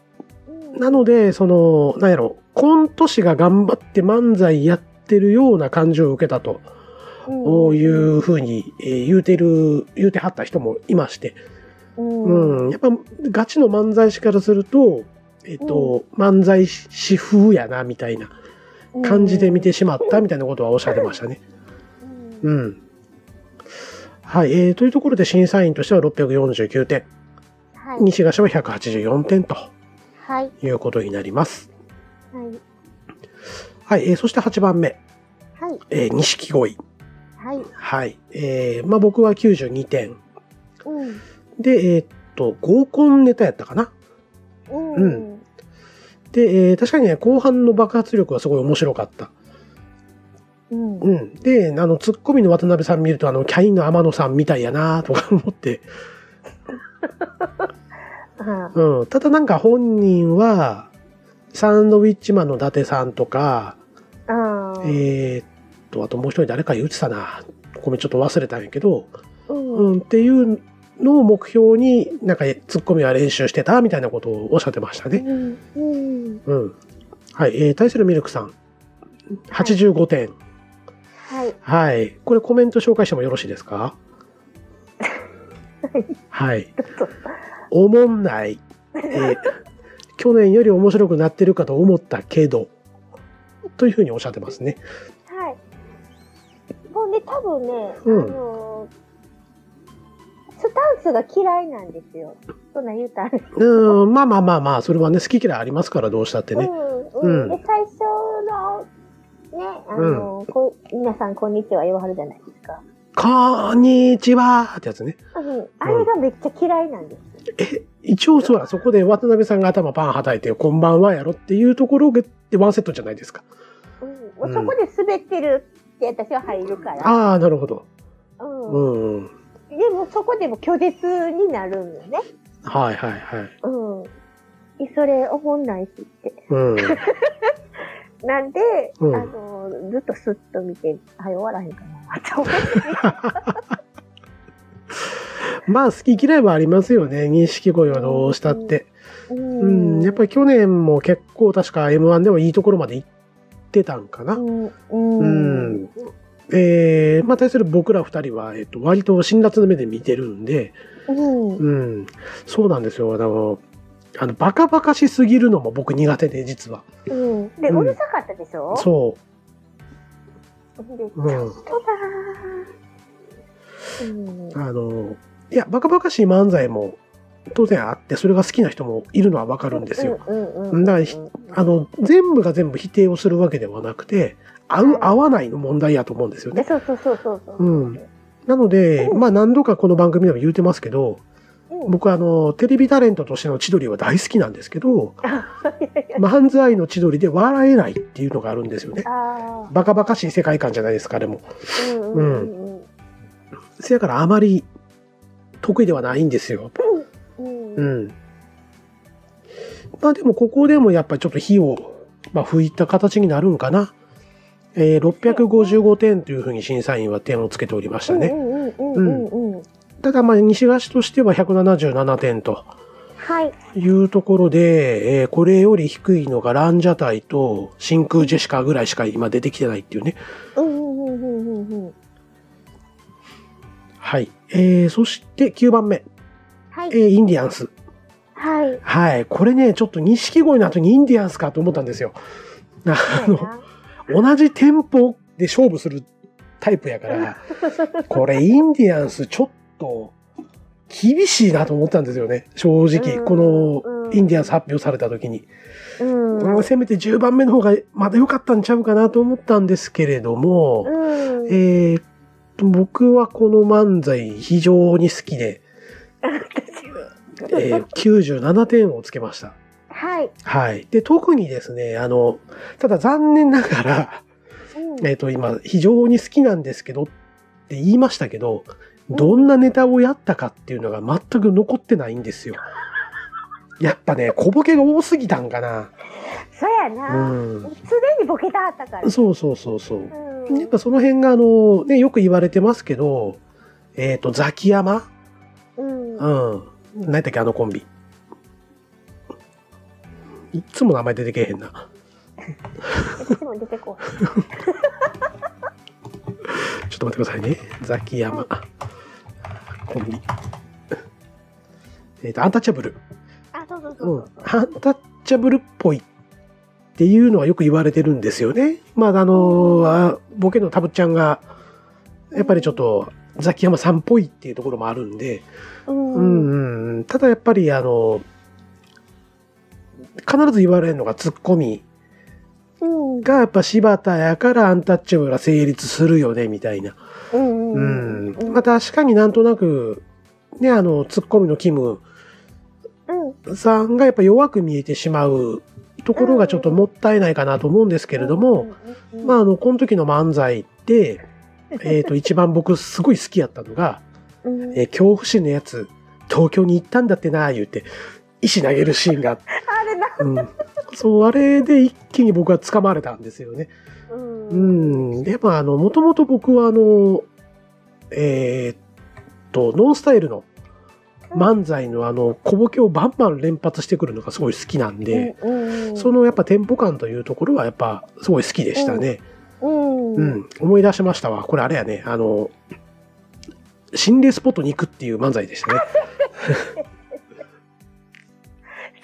B: なので、その、なんやろ、コント師が頑張って漫才やってるような感じを受けたと、こうい。うふうに、えー言うてる、言うてはった人もいまして、
A: うん。うん
B: うん、やっぱガチの漫才師からすると、えっ、と、漫才師風やな、みたいな感じで見。てしまったみたいなことはおっしゃってましたね。
A: うん
B: うん。はい、えー、というところで審査員としては649点、
A: はい。
B: 西賀市は184点と
A: はい。
B: いうことになります。
A: はい。
B: はい、えー、そして8番目、
A: はい。
B: えー、錦鯉。
A: はい。
B: はい。えー、まあ僕は92点。
A: うん。
B: で、えーっと、合コンネタやったかな
A: うん。
B: うんで、えー確かにね、後半の爆発力はすごい面白かった。
A: うん。
B: うん。で、あの、ツッコミの渡辺さん見ると、あの、キャインの天野さんみたいやなとか思って、
A: ああ
B: うん。ただなんか本人は、サンドウィッチマンの伊達さんとか、
A: ああ。
B: えーっと、あともう一人誰か言ってたな。ごめん、ちょっと忘れたんやけど、
A: うん。
B: うん、っていうのを目標に、なんか、ツッコミは練習してた、みたいなことをおっしゃってましたね。
A: うん。うん。
B: うん。はい、えー、対するミルクさん、85点。
A: はい。
B: はい。これコメント紹介してもよろしいです かはい。
A: と
B: おもんない。え ー去年より面白くなってるかと思ったけど、というふうにおっしゃってますね。
A: はい。もうね、多分ね、
B: うん
A: あのースタンスが嫌いなんですよ。そんなん言うたらあれです
B: うーん、まあまあまあまあ、それはね、好き嫌いありますから、どうしたって
A: けど。
B: ね。
A: うん、うん。
B: うん
A: で、最初の、ね、あのーこう皆さんこんにちは言わはるじゃないですか。
B: こんにちはってやつね。
A: うん。あれがめっちゃ嫌いなんです。
B: 一応、そうだそこで渡辺さんが頭パンはたいて、こんばんはやろっていうところでワンセットじゃないですか。
A: うん。もうそこで滑ってるって私は入るから。
B: ああ、なるほど。
A: うん。
B: うんうん。
A: でもそこでも拒絶になるんよね。
B: はいはいはい。
A: うん。えそれ思んないしって。
B: うん。
A: なんで、
B: うん
A: あの、ずっとスッと見て、はい、終わらへんかな、と思っ
B: まあ好き嫌いはありますよね。認識語よどうしたって。
A: て。う
B: うん。やっぱ
A: り、
B: り去年も結構確か M1 でもいいところまで行ってたんかな。
A: うん。
B: う
A: うん。
B: ん。えー、まあ対する僕ら二人は、えっと、割と辛辣な目で見てるんで、
A: うん。
B: うん。そうなんですよ。あの、あの、バカバカしすぎるのも僕苦手で、実は。
A: うん。で、
B: うん
A: うるさかったでしょ
B: そ
A: で、ち
B: う。う
A: ょ
B: ん
A: っ。とだーうん。
B: あの、いや、バカバカしい漫才も当然あって、それが好きな人もいるのはわかるんですよ。
A: うんうんうん。
B: だからひ
A: うん
B: あの、全部が全部否定をするわけではなくて、合、
A: はいう
B: 合わないの問題やと思うんですよ
A: で
B: ね。
A: そうそうそうそうそう。
B: うんなので、
A: うん
B: まあ何度かこの番組でも言うてますけど、
A: うん。
B: 僕あの、テレビタレントとしての千鳥は大好きなんですけ ど、漫才の千鳥で笑えないっていうのがあるんですよね。
A: あ
B: バカバカしい世界観じゃないですか、あれも。
A: ーうんうんうん
B: せやからあまり得意ではないんですよ。
A: うん。
B: う
A: うん。
B: ん。まあでもここでもやっぱりちょっと火を、まあ、吹いた形になるんかな。えー、655点というふうに審査員は点をつけておりました
A: う
B: ね。
A: んうんうんうんうん。
B: ただまあ西菓子としては177点と
A: はい。
B: いうところで、えーこれより低いのがランジャタイと真空ジェシカぐらいしか今出てきてないっていうね。
A: うんうんうんうんうんうん。
B: はい。えー、そして9番目、
A: は
B: え
A: い。
B: ー、インディアンス。
A: はい。
B: はい。これね、ちょっと錦鯉の後にインディアンスかと思ったんですよ。あの、同じテンポで勝負するタイプやから、これインディアンスちょっと厳しいなと思ったんですよね。正直、
A: うん
B: こ
A: う
B: の
A: ん
B: インディアンス発表された時に。
A: うん。
B: うんせめて10番目の方がまだ良かったんちゃうかなと思ったんですけれども、
A: うん。
B: えーっと、僕はこの漫才非常に好きで、えー97点をつけました。
A: はい。
B: はい。で、特にですね、あの、ただ残念ながら、
A: うん
B: えっ、と、今、非常に好きなんですけどって言いましたけど、どんなネタをやったかっていうのが全く残ってないんです よ。やっぱね、小ボケが多すぎたんかな。
A: そうや
B: う
A: な。
B: ん。
A: 常にボケたあったから。
B: そうそうそうそう。
A: うん
B: やっぱその辺が、あの、ね、よく言われてますけど、えっ、と、ザキヤマ
A: うん。
B: う
A: あ
B: ん。何やったっけ、あのコンビ。いっつも名前出てけえへんな。
A: っちも出てこう。
B: ちょっと待ってくださいね。ザキヤマ。コンビ。えっ、と、アンタッチャブル。。
A: あ、そうそうそううん
B: アンタッチャブルっぽいっていうのはよく言われてるんですよね。まあ、あのあボケのタブちゃんが、やっぱりちょっと、ザキヤマさんっぽいっていうところもあるんで、
A: そう。
B: う
A: うん。
B: ん、うん、ただやっぱり、あの、必ず言われるのがツッコミ
A: うん。
B: がやっぱ柴田やからアンタッチャブルは成立するよね、みたいな。
A: うん。
B: うん。
A: ま
B: まあ確かになんとなく、ね、あの、ツッコミのキム
A: うん。
B: さんがやっぱ弱く見えてしまうところがちょっともったいないかなと思うんですけれども、、
A: うんうん
B: まあ、あの、この時の漫才って、 えっ、と、一番僕すごい好きやったのが、
A: うん
B: えー恐怖心のやつ、東京に行ったんだってな、言うて、石投げるシーンが、
A: あれな、
B: うん、そう、あれで一気に僕は掴まれたんですよね。
A: う
B: うんん、でもあの、もともと僕はあの、えーっと、ノンスタイルの漫才のあの、小ボケをバンバン連発してくるのがすごい好きなんで、
A: うんうん
B: そのやっぱテンポ感というところはやっぱすごい好きでしたね。
A: うん
B: う、ん、思い出しましたわ。これあれやね、あの、心霊スポットに行くっていう漫才で したね。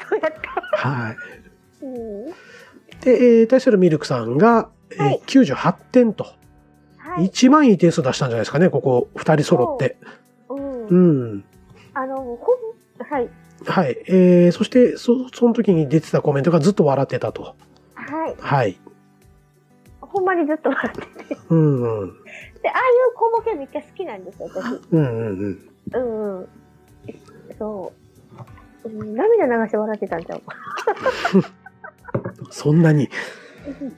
A: そうやった。
B: はい。
A: うん
B: で、えー、対するミルクさんが、えー
A: はい
B: 98点と、
A: はい。
B: 一番いい点数出したんじゃないですかね、ここ、二人揃って。
A: う、
B: うんん。
A: あの、ほぼ、はい。
B: はい。えー、そして、そ、その時に出てたコメントがずっと笑ってたと。
A: はい。
B: はい。
A: ほんまにずっと笑って
B: うんうん。
A: で、ああいう小ボケめっちゃ好きなんですよ、私。
B: うんうんうん。
A: うんうん。そう。うん涙流して笑ってたんちゃう か。
B: そんなに。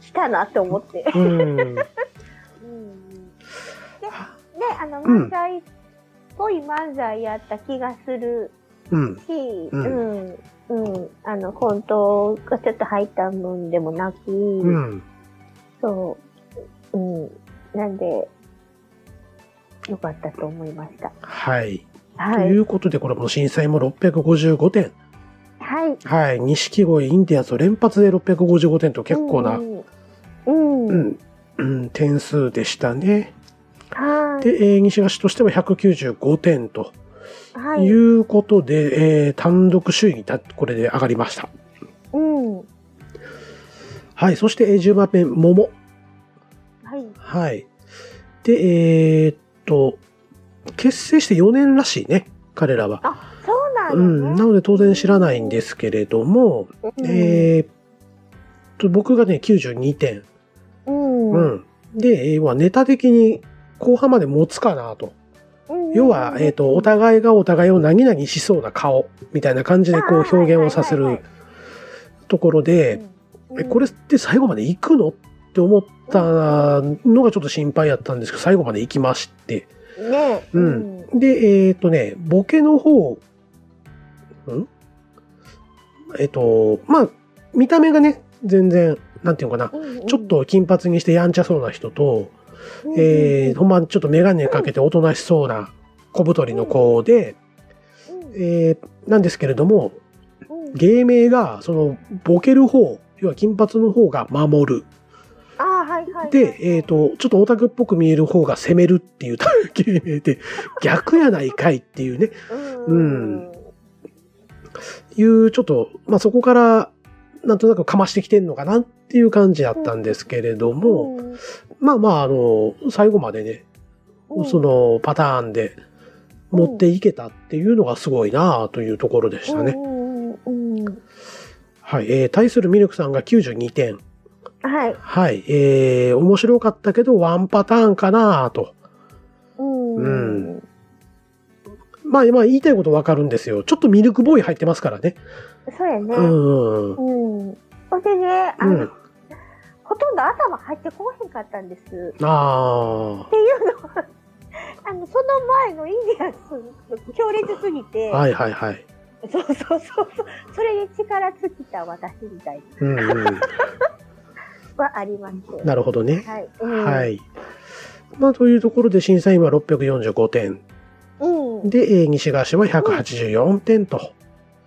A: 来たなって思って。
B: うん。
A: うんで、あの、
B: うん
A: 漫才っぽい漫才やった気がする
B: うん。
A: し、う
B: うん
A: ん、うん、あの、コントがちょっと入ったもんでもなく、
B: うん。
A: そう、うん、なんで、よかったと思いました。
B: はい。と
A: はいい。
B: うことで、これも審査員も655点。
A: はい。
B: はい。錦鯉インディアンスを連発で655点と結構な、
A: う。
B: うん
A: うん。
B: ん、うん、点数でしたね。
A: はい。
B: で、えー西橋としては195点と
A: はいい。
B: うことで、えー単独首位にたこれで上がりました。
A: うん。は
B: はい。そして、えー10番目、桃。
A: い。
B: はい。で、えーっと、結成して4年らしいね、彼らは。
A: あ、そうな
B: う
A: の、
B: ん。
A: ね
B: なので、当然知らないんですけれども、
A: うん
B: えーっと、僕がね、92点。
A: うん。
B: う
A: うん。
B: ん。で、えーはネタ的に後半まで持つかなと。要は、えっ、と、お互いがお互いを何々しそうな顔、みたいな感じでこ
A: あ
B: う
A: ー
B: 表現をさせ
A: はいはい
B: る
A: は
B: ところで、
A: うん、
B: え、これって最後まで行くのって思ったのがちょっと心配やったんですけど、最後まで行きまして。
A: ねえ。
B: うん。で、えっ、とね、ボケの方、んえっ、と、まあ、見た目がね、全然、なんていうのかな、
A: うん
B: ちょっ、と金髪にしてやんちゃそうな人と、
A: うん
B: えー、、ほんまちょっとメガネかけておとなしそうな小太りの子で、
A: うん
B: えー、なんですけれども、
A: うん
B: 芸名が、その、ボケる方、要は金髪の方が守る。
A: あーはいはいはいはい。
B: で、えっ、と、ちょっとオタクっぽく見える方が攻めるっていう芸名で、逆やないかいっていうね、
A: うん、
B: いう、ちょっと、まあ、そこから、なんとなくかましてきてんのかなっていう感じだったんですけれども、
A: うん、
B: まあまあ、あの、最後までね、
A: うん
B: そ、のパターンで持っていけたっていうのがすごいなあというところでしたね。
A: うんうんうんうん
B: はい。えー対するミルクさんが92点。
A: はい。
B: はい。えー、面白かったけどワンパターンかなあと。
A: うん
B: うんまあ、まあ言いたいことわかるんですよ。ちょっとミルクボーイ入ってますからね。
A: そうやね。
B: う
A: うん。
B: ん。うん。
A: それでね、あの、
B: うん
A: ほとんど頭入ってこへんかったんです。
B: あ
A: あの、その前のインディアンス、強烈すぎて、
B: あ。はいはいはい。
A: そうそうそうそう、それに力尽きた私みたいな
B: うん、うん。
A: のはあります。
B: なるほどね。
A: はい。うん
B: はい。まあ、というところで審査員は645点。
A: うん。
B: で、えー西川氏は184点と。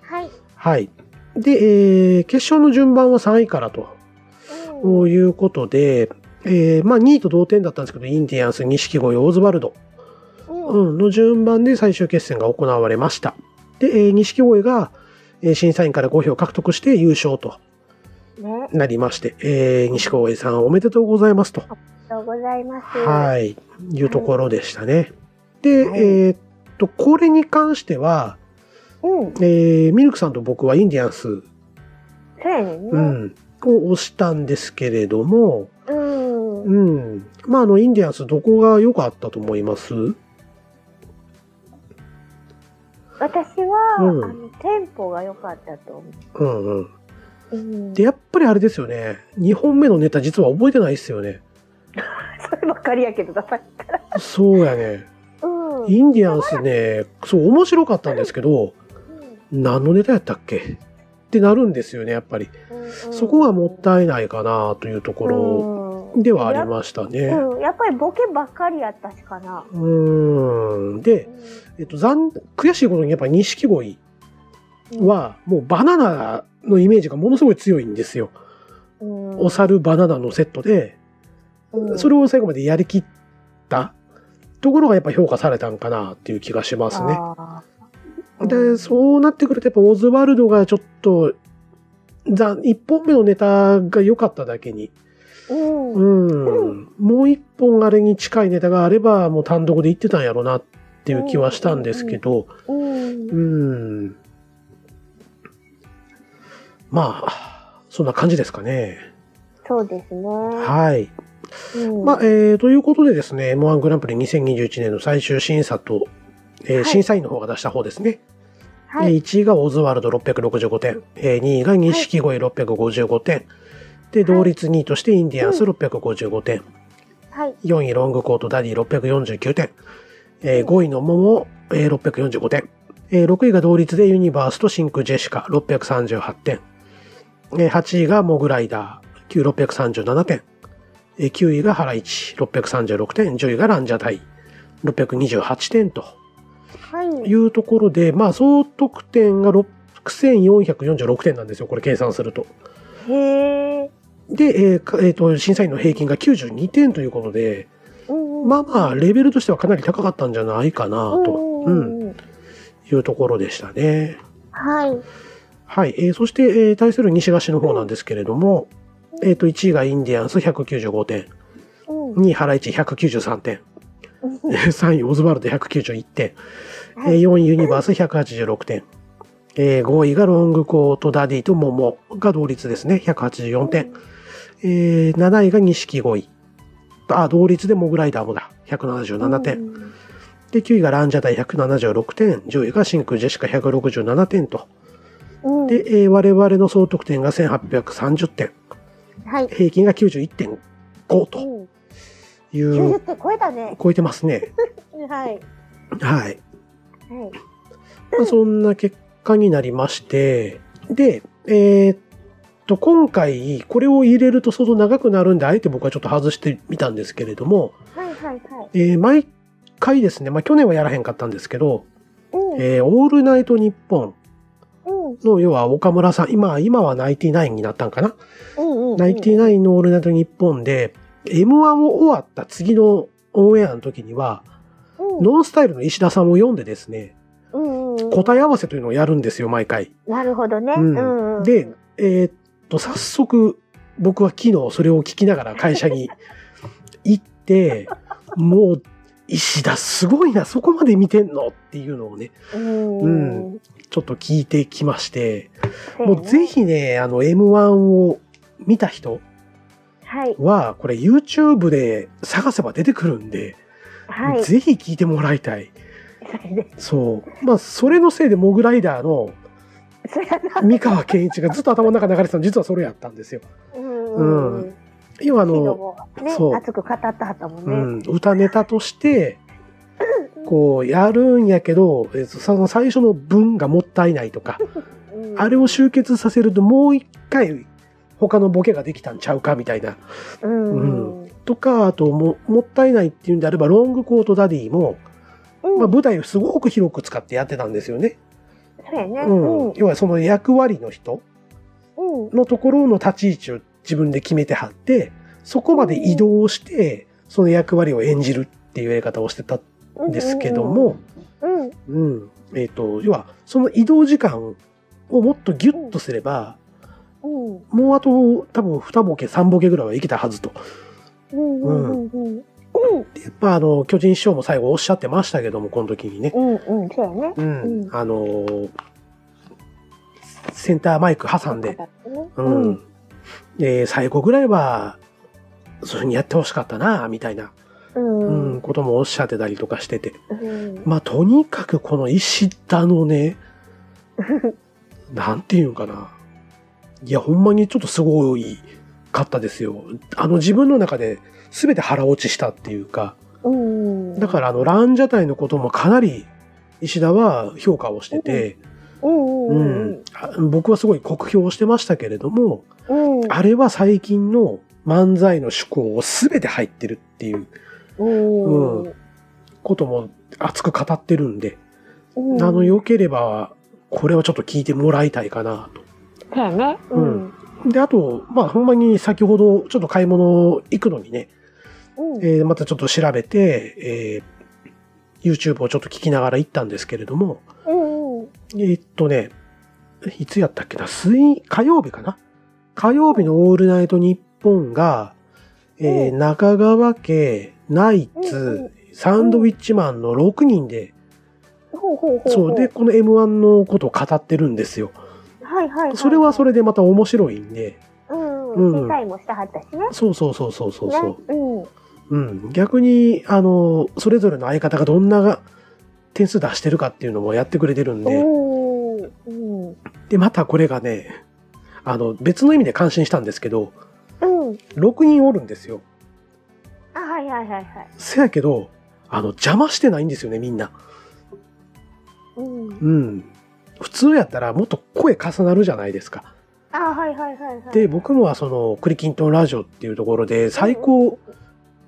A: はい。
B: はい。で、えー決勝の順番は3位からと
A: うん
B: いうことで、えーまあ2位と同点だったんですけど、インディアンス、錦鯉、オズワルド、
A: うん
B: うん、の順番で最終決戦が行われました。で、えー錦鯉が、えー審査員から5票獲得して優勝と
A: ね、
B: なりまして、えー錦鯉さんおめでとうございますと、
A: ありがとうございます。
B: はい、いうところでしたね。で、
A: はい
B: えーっと、これに関しては、
A: うん。
B: えーミルクさんと僕はインディアンス
A: そうやねんね。
B: うん、を押したんですけれども、
A: うん。うん
B: うん。まあ、あの、インディアンス、どこが良かったと思いますうん。
A: 私は、
B: うん
A: あのテンポが良かったと思
B: うん。
A: う。うん、
B: で、やっぱりあれですよね。2本目のネタ実は覚えてないっすよね。
A: そればっかりやけどださっきから。
B: そうやね。
A: うん。
B: インディアンスね、そう、面白かったんですけど、何のネタやったっけってなるんですよね、やっぱり。そこがもったいないかなというところ
A: ろ
B: ではありました
A: す
B: ね。
A: うん、やっぱりボケばっかりやったしかな。
B: うーん。で、えっと、残、悔しいことにやっぱ錦鯉
A: うん、
B: は、もうバナナのイメージがものすごい強いんですよ。
A: うん、
B: お猿バナナのセットで、
A: うん
B: それを最後までやりきったところがやっぱ評価されたんかなっていう気がしますね。
A: あー
B: で、そうなってくるとやっぱオズワルドがちょっと、ざ一本目のネタが良かっただけに、
A: うん。うん。
B: うん、もう一本あれに近いネタがあればもう単独で言ってたんやろうなっていう気はしたんですけど、
A: うん。
B: うん。まあ、そんな感じですかね。
A: そうですね。
B: はい。
A: うん
B: まあ、えー、ということでですね、M1 グランプリ2021年の最終審査と、えー
A: はい
B: 審査員の方が出した方ですね。
A: は
B: え
A: い。
B: ー1位がオズワルド665点、えー2位が錦鯉655点、で、同率2位としてインディアンス655点、
A: はい。
B: 4位ロングコートダディ649点、えー5位の桃、えー、645点、えー6位が同率でユニバースとシンクジェシカ638点、えー8位がモグライダー9637点、えー9位がハライチ636点、10位がランジャタイ628点と
A: はい。
B: いうところで、まあ総得点が6446点なんですよ、これ計算すると。
A: へえ。
B: で、えーかえーと審査員の平均が92点ということで、
A: うんうん
B: まあまあ、レベルとしてはかなり高かったんじゃないかな、と
A: うんうんうん。
B: いうところでしたね。
A: はい。
B: はい。えーそして、えー対する西菓子の方なんですけれども、えっ、と、1位がインディアンス195点、
A: うん。
B: 2位ハライチ193点、 えー3位オズワルド191点、え
A: はい
B: ー4位ユニバース186点、えー5位がロングコートダディとモモが同率ですね、184点。えー7位が錦鯉。あ、同率でモグライダーもだ、177点。で、9位がランジャタイ176点、10位がシンクジェシカ167点と。
A: うん。
B: で、えー我々の総得点が1830点、
A: うん、はい。
B: 平均が91.5と
A: うん
B: い
A: 90っ
B: う、
A: て超えたね。
B: 超えてますね。
A: はい。
B: はい。
A: はい。
B: まあそんな結果になりまして、で、えーっと、今回、これを入れると相当長くなるんで、あえて僕はちょっと外してみたんですけれども、
A: はいはいはい。
B: えー毎回ですね、まあ去年はやらへんかったんですけど、
A: うん。
B: えーオールナイトニッポン
A: うん。
B: の、要は岡村さん、今、今はナインティナインになったんかな、
A: うん。うん。
B: ナインティナインのオールナイトニッポンで、M1 を終わった次のオンエアの時には、
A: うん。
B: ノンスタイルの石田さんを読んでですね、
A: うんうんうん。
B: 答え合わせというのをやるんですよ、毎回。
A: なるほどね。
B: う
A: うんん。うん、
B: で、えーっと、早速、僕は昨日それを聞きながら会社 に行って、もう、石田すごいな、そこまで見てんのっていうのをね、
A: うん。
B: うんちょっと聞いてきまして、
A: せやね
B: もうぜ。ひね、あの M1 を見た人
A: はい。
B: は、これ YouTube で探せば出てくるんで、
A: はい。
B: ぜひ聞いてもらいたい。
A: それで、
B: そう。まあ、それのせいでモグライダー の
A: それはな。
B: 三河健一がずっと頭の中流れてたの、実はそれやったんですよ。
A: うん
B: うん
A: うん。
B: 要はあ
A: 昨日
B: の、
A: もね
B: そう、
A: 熱く語ったはったも
B: うんん、
A: ね。
B: 歌ネタと して、こう、やるんやけど、えその最初の文がもったいないとか、
A: うん
B: あれを集結させるともう一回、他のボケができたんちゃうかみたいな。
A: うん。うん。
B: とか、あとも、もったいないっていうんであれば、ロングコートダディも、まあ、舞台をすごく広く使ってやってたんですよね。
A: そうやね。
B: うん。要はその役割の人
A: うん。
B: のところの立ち位置を自分で決めてはって、そこまで移動して、その役割を演じるっていうやり方をしてたん
A: うん。
B: ですけども、
A: うん。うん。
B: うん。えっ、と、要は、その移動時間をもっとギュッとすれば、
A: うん。
B: もうあと多分2ボケ、3ボケぐらいは生きたはずと。
A: うん。うん。うん。
B: でやっぱあの、巨人師匠も最後おっしゃってましたけども、この時にね。
A: うん。うん。そうやね。
B: うん、
A: うん
B: あのーセンターマイク挟んで、。
A: う
B: うん
A: ん。
B: で最後ぐらいは、そういうふうにやってほしかったな、みたいな、
A: う。
B: うんん、こともおっしゃってたりとかしてて。
A: うん。
B: まあ、とにかくこの石田のね、なんていうんかな、いや、ほんまにちょっとすごいかったですよ。あの自分の中で全て腹落ちしたっていうか、
A: うん。
B: だからあのランジャタイのこともかなり石田は評価をしてて、
A: うんう
B: うんん、あ僕はすごい酷評してましたけれども、
A: うん。うん。
B: あれは最近の漫才の趣向を全て入ってるっていう
A: うん。
B: うんことも熱く語ってるんで、
A: うん。
B: あの、良ければ、これはちょっと聞いてもらいたいかなと。
A: そうやね。うん。
B: で、あと、まあ、ほんまに先ほど、ちょっと買い物行くのにね、
A: うん。
B: えーまたちょっと調べて、えー YouTube をちょっと聞きながら行ったんですけれども、
A: うんうん。
B: えーっとね、いつやったっけな、水、火曜日かな火曜日のオールナイト日本が、えー
A: う
B: 中川家、ナイ
A: うん
B: ツ、サンドウィッチマンの6人で、
A: ほうほうほうほう。
B: そう、で、この M1 のことを語ってるんですよ。
A: はいはいはい。
B: それはそ
A: れ。
B: れでまた面白いんで、
A: うん。
B: うん
A: 理解もしたはったしね。
B: そうそうそうそうそうそう。
A: ね。うん。
B: うん、逆に、あの、それぞれの相方がどんな点数出してるかっていうのもやってくれてるんで、
A: おーうん。
B: で、またこれがね、あの、別の意味で感心したんですけど、
A: うん。
B: 6人おるんですよ。
A: あ、はいはいはいはい。
B: せやけど、あの、邪魔してないんですよね、みんな。
A: う
B: う
A: ん。
B: ん。普通やったらもっと声重なるじゃないですか。
A: あ、はいはいはいはい。
B: で、僕もはその、クリキントンラジオっていうところで、最高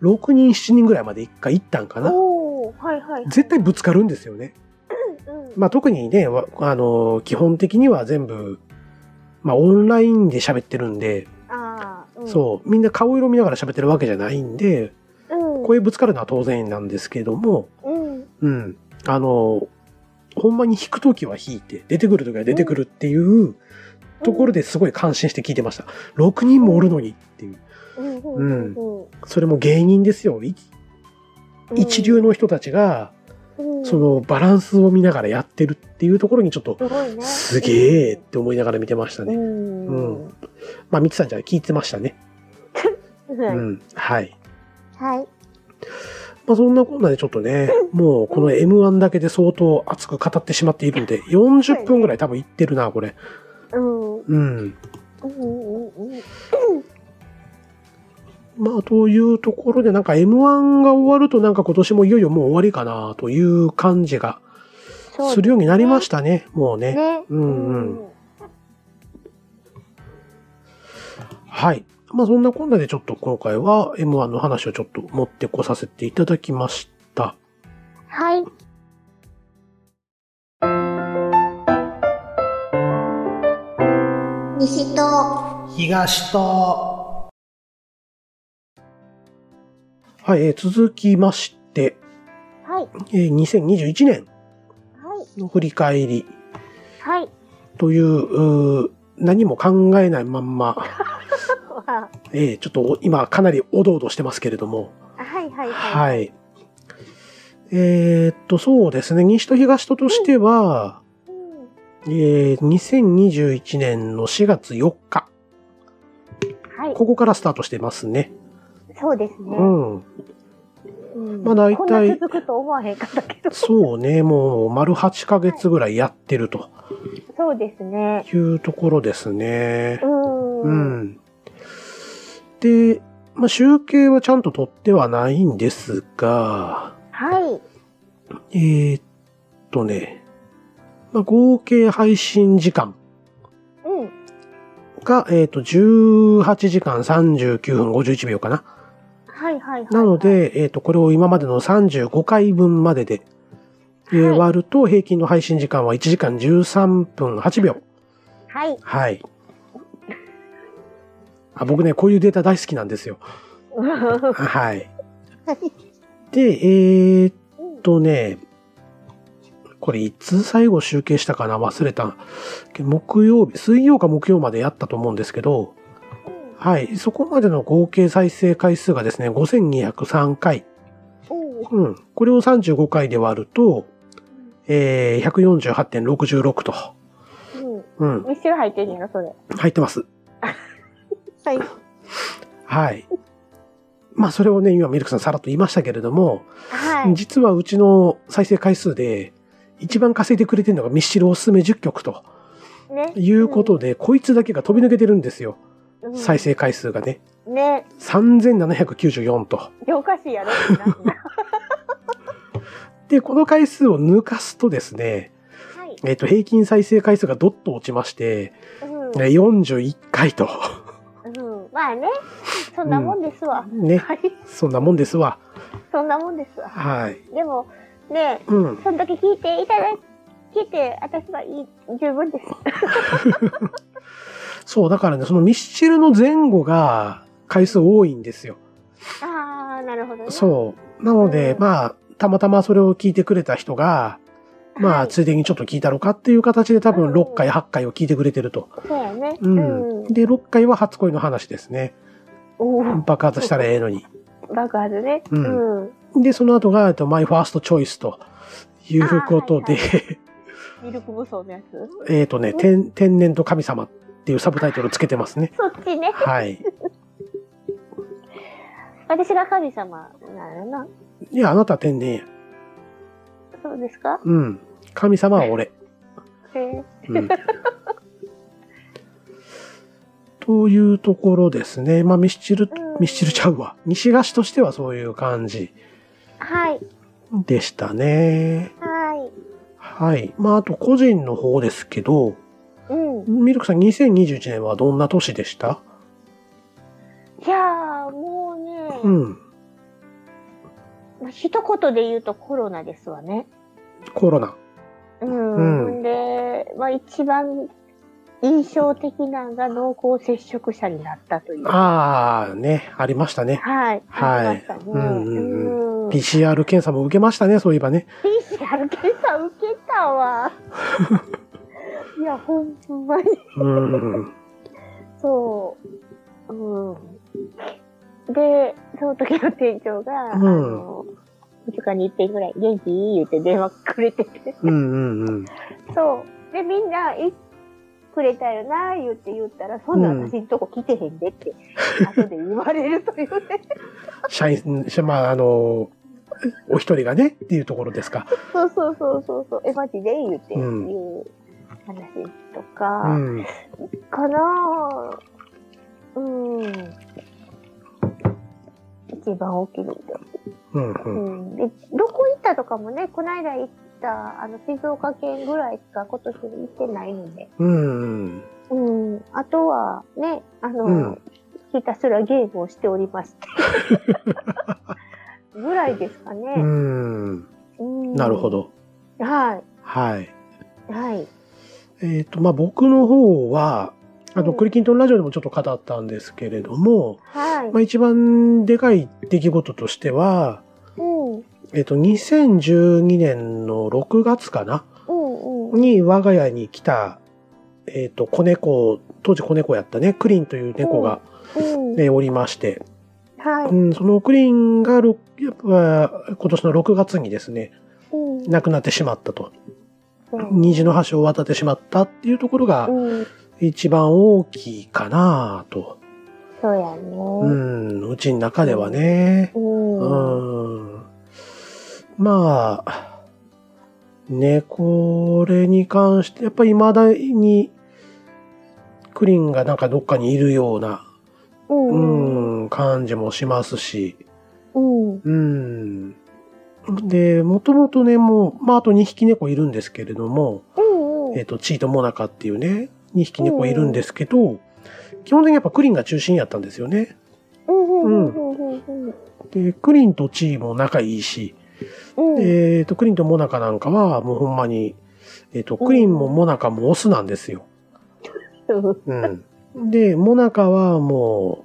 B: 6人、7人ぐらいまで一回行ったんかな。
A: おーはいはい。
B: 絶対ぶつかるんですよね。
A: うん。
B: まあ、特にね、わあのー基本的には全部、まあ、オンラインで喋ってるんで、
A: あー、うん、
B: そう、みんな顔色見ながら喋ってるわけじゃないんで、
A: うん。
B: 声ぶつかるのは当然なんですけども、
A: うん。
B: うん、あのーほんまに弾くときは弾いて、出てくるときは出てくるっていうところですごい感心して聞いてました。6人もおるのにっていう。
A: うん。うん。うん
B: それも芸人ですよ。い一流。の人たちが、
A: うん
B: そ、のバランスを見ながらやってるっていうところにちょっと、
A: すごいね。
B: すげえって思いながら見てました
A: う
B: ね。
A: ん。
B: うんまあ、ミキさんじゃ聞いてましたね。う
A: はい。
B: ん。はい。
A: はい。
B: まあ、そんなこんなでちょっとね、もうこの M1 だけで相当熱く語ってしまっているんで、40分ぐらい多分いってるな、これ。
A: うん。うん
B: うん。
A: うんうん。
B: まあ、というところで、なんか M1 が終わると、なんか今年もいよいよもう終わりかな、という感じが
A: そう
B: するようになりましたね、もうね。
A: ね。
B: うんうん。はい。まあ、そんなこんなでちょっと今回は M1 の話をちょっと持ってこさせていただきました。
A: はい。西と。
B: 東と。はい、えー続きまして、
A: はい。
B: えー2021年
A: はい。
B: の振り返り
A: はい。
B: という、うー何も考えないまんま、
A: は
B: えーちょっとお今かなりおどおどしてますけれども、
A: いはいはい。
B: はい。えーっと、そうですね、西と東ととしては、
A: うん
B: えー2021年の4月4日、
A: はい。
B: ここからスタートしてますね。
A: そうですね
B: う。ん。
A: うん
B: まあ大体
A: こんな続くと思わへんかったけど。
B: そうね、もう丸8ヶ月ぐらいやってると
A: そうですね。
B: いうところですね
A: う。ん。
B: う
A: うん。
B: ん。で、まあ、集計はちゃんと取ってはないんですが、
A: はい。
B: えーっとね、まあ、合計配信時間
A: うん。
B: が、えーっと、18時間39分51秒かな。
A: はいはいはいはい。
B: なの、で、えっ、と、これを今までの35回分までで、えー
A: はい
B: 割ると、平均の配信時間は1時間13分8秒。
A: はい。
B: はい。あ僕ね、こういうデータ大好きなん ですよ。はい。で、えー、っとね、これいつ最後集計したかな忘れた。木曜日、水曜か木曜までやったと思うんですけど、はい。そこまでの合計再生回数がですね、5203回。
A: うん。
B: うん。これを35回で割ると、えー、148.66と。
A: うん。
B: うん。
A: ミス入ってんやろ、それ。
B: 入ってます。
A: はい。
B: はい。まあ、それをね、今、ミルクさんさらっと言いましたけれども、
A: はい。
B: 実はうちの再生回数で、一番稼いでくれてるのがミッシルおすすめ10曲と
A: ね。
B: いうことで、こいつだけが飛び抜けてるんですよ。
A: うん
B: 再生回数がね。
A: ね。
B: 3794と。
A: いやおかしいやろってなるな
B: で、この回数を抜かすとですね、
A: はい。
B: えっ、と、平均再生回数がどっと落ちまして、
A: うん
B: えー41回と。
A: うん。まあね。そんなもんですわ。
B: ね。
A: はい。
B: そんなもんですわ。
A: そんなもんですわ。
B: はい。
A: でも、ね、
B: うん。
A: そんだけ聞いていただ聞いて、私はいい、十分です。
B: そう、だからね、そのミスチルの前後が回数多いんですよ。
A: あー、なるほどね。
B: そう。なので、
A: うん
B: まあ、たまたまそれを聞いてくれた人が、ま
A: は
B: あ、
A: い
B: ついでにちょっと聞いたのかっていう形で多分6回、8回を聞いてくれてると。
A: そうやね。
B: うん。
A: うん
B: で、6回は初恋の話ですね。
A: おー
B: 爆発したらええのに。
A: 爆発ね。
B: う
A: うんん。
B: で、その後が、えっと、マイファーストチョイスということで、
A: あーミルク無双のやつ
B: えっとね、天、天然と神様っていうサブタイトルつけて ますね。
A: そっちね。
B: はい。
A: 私が神様なのな。
B: いや、あなたは天然や。
A: そうですか
B: うん。神様は俺。
A: へえ。
B: うん。というところですね。まあ、ミスチル
A: うん、
B: ミスチルちゃうわ。西菓子としてはそういう感じ
A: はい。
B: でしたね。
A: はい。
B: はい。まあ、あと個人の方ですけど、
A: うん。
B: ミルクさん2021年はどんな年でした
A: いやー、もうね、
B: うん。
A: まあ一言で言うとコロナですわね。
B: コロナ。
A: うん。
B: うん
A: ん、で、まあ一番印象的なのが濃厚接触者になったという。はい。
B: ああ、ね、ありましたね。
A: はい。
B: はい
A: ありましたね。
B: うんうん
A: うん。
B: PCR 検査も受けましたね、そういえばね。
A: PCR 検査受けた わ。いや、ほんまに
B: うん。
A: そう。うん。で、その時の店長が、
B: うん
A: あの、2日に1遍ぐらい元気言うて電話くれてて。
B: うんうんうん。
A: そう。で、みんな、え、くれたよな、言って言ったら、そんな
B: うん
A: 私んとこ来てへんでって、後で言われるとい うね。
B: 社員、社まあ、あの、お一人がね、っていうところですか。
A: そうそうそうそうそう。え、マジで言うて、
B: う
A: い
B: ん
A: う話と
B: う
A: か、
B: ん。
A: かなぁ。うん。一番大きいのと。
B: うん
A: う
B: うん。
A: ん。で、どこ行ったとかもね、こないだ行った、あの、静岡県ぐらいしか今年行ってないので。
B: うんうん。
A: うん。あとは、ね、あの、
B: うん
A: ひたすらゲームをしておりま して。ぐらいですか
B: う
A: ね。
B: ん。
A: うん
B: なるほ。ど。
A: は
B: はい。
A: い。はい。
B: えっ、と、まあ、僕の方は、あの、
A: うん
B: クリキントンラジオでもちょっと語ったんですけれども、
A: はい。
B: まあ、一番でかい出来事としては、
A: うん。うん
B: えっ、と、2012年の6月かな
A: うん。うん
B: に我が家に来た、えっ、と、子猫、当時子猫やったね、クリンという猫が、ねおりまして、
A: は
B: う
A: い。
B: ん、そのクリンがろくやっぱ今年の6月にですね、
A: うん。
B: 亡くなってしまったと。
A: うん
B: 虹の橋を渡ってしまったっていうところが
A: うん。
B: 一番大きいかなと。
A: そうや
B: う
A: ね。
B: ん、うちの中ではね。
A: うん。
B: う
A: うん。
B: ん。まあ、ね、これに関して、やっぱり未だにクリンがなんかどっかにいるような、
A: うん。
B: うん、感じもしますし。
A: うん。
B: うん。で、もともとね、もう、まあ、あと2匹猫いるんですけれども、
A: うん。
B: えっ、と、チーとモナカっていうね、2匹猫いるんですけど、基本的にやっぱクリンが中心やったんですよね。
A: うん。うん。うん。
B: で、クリンとチーも仲いいし、
A: うん。
B: えっ、と、クリンとモナカなんかは、もうほんまに、えっ、と、クリンもモナカもオスなんですよ。
A: うん
B: うん。で、モナカはもう、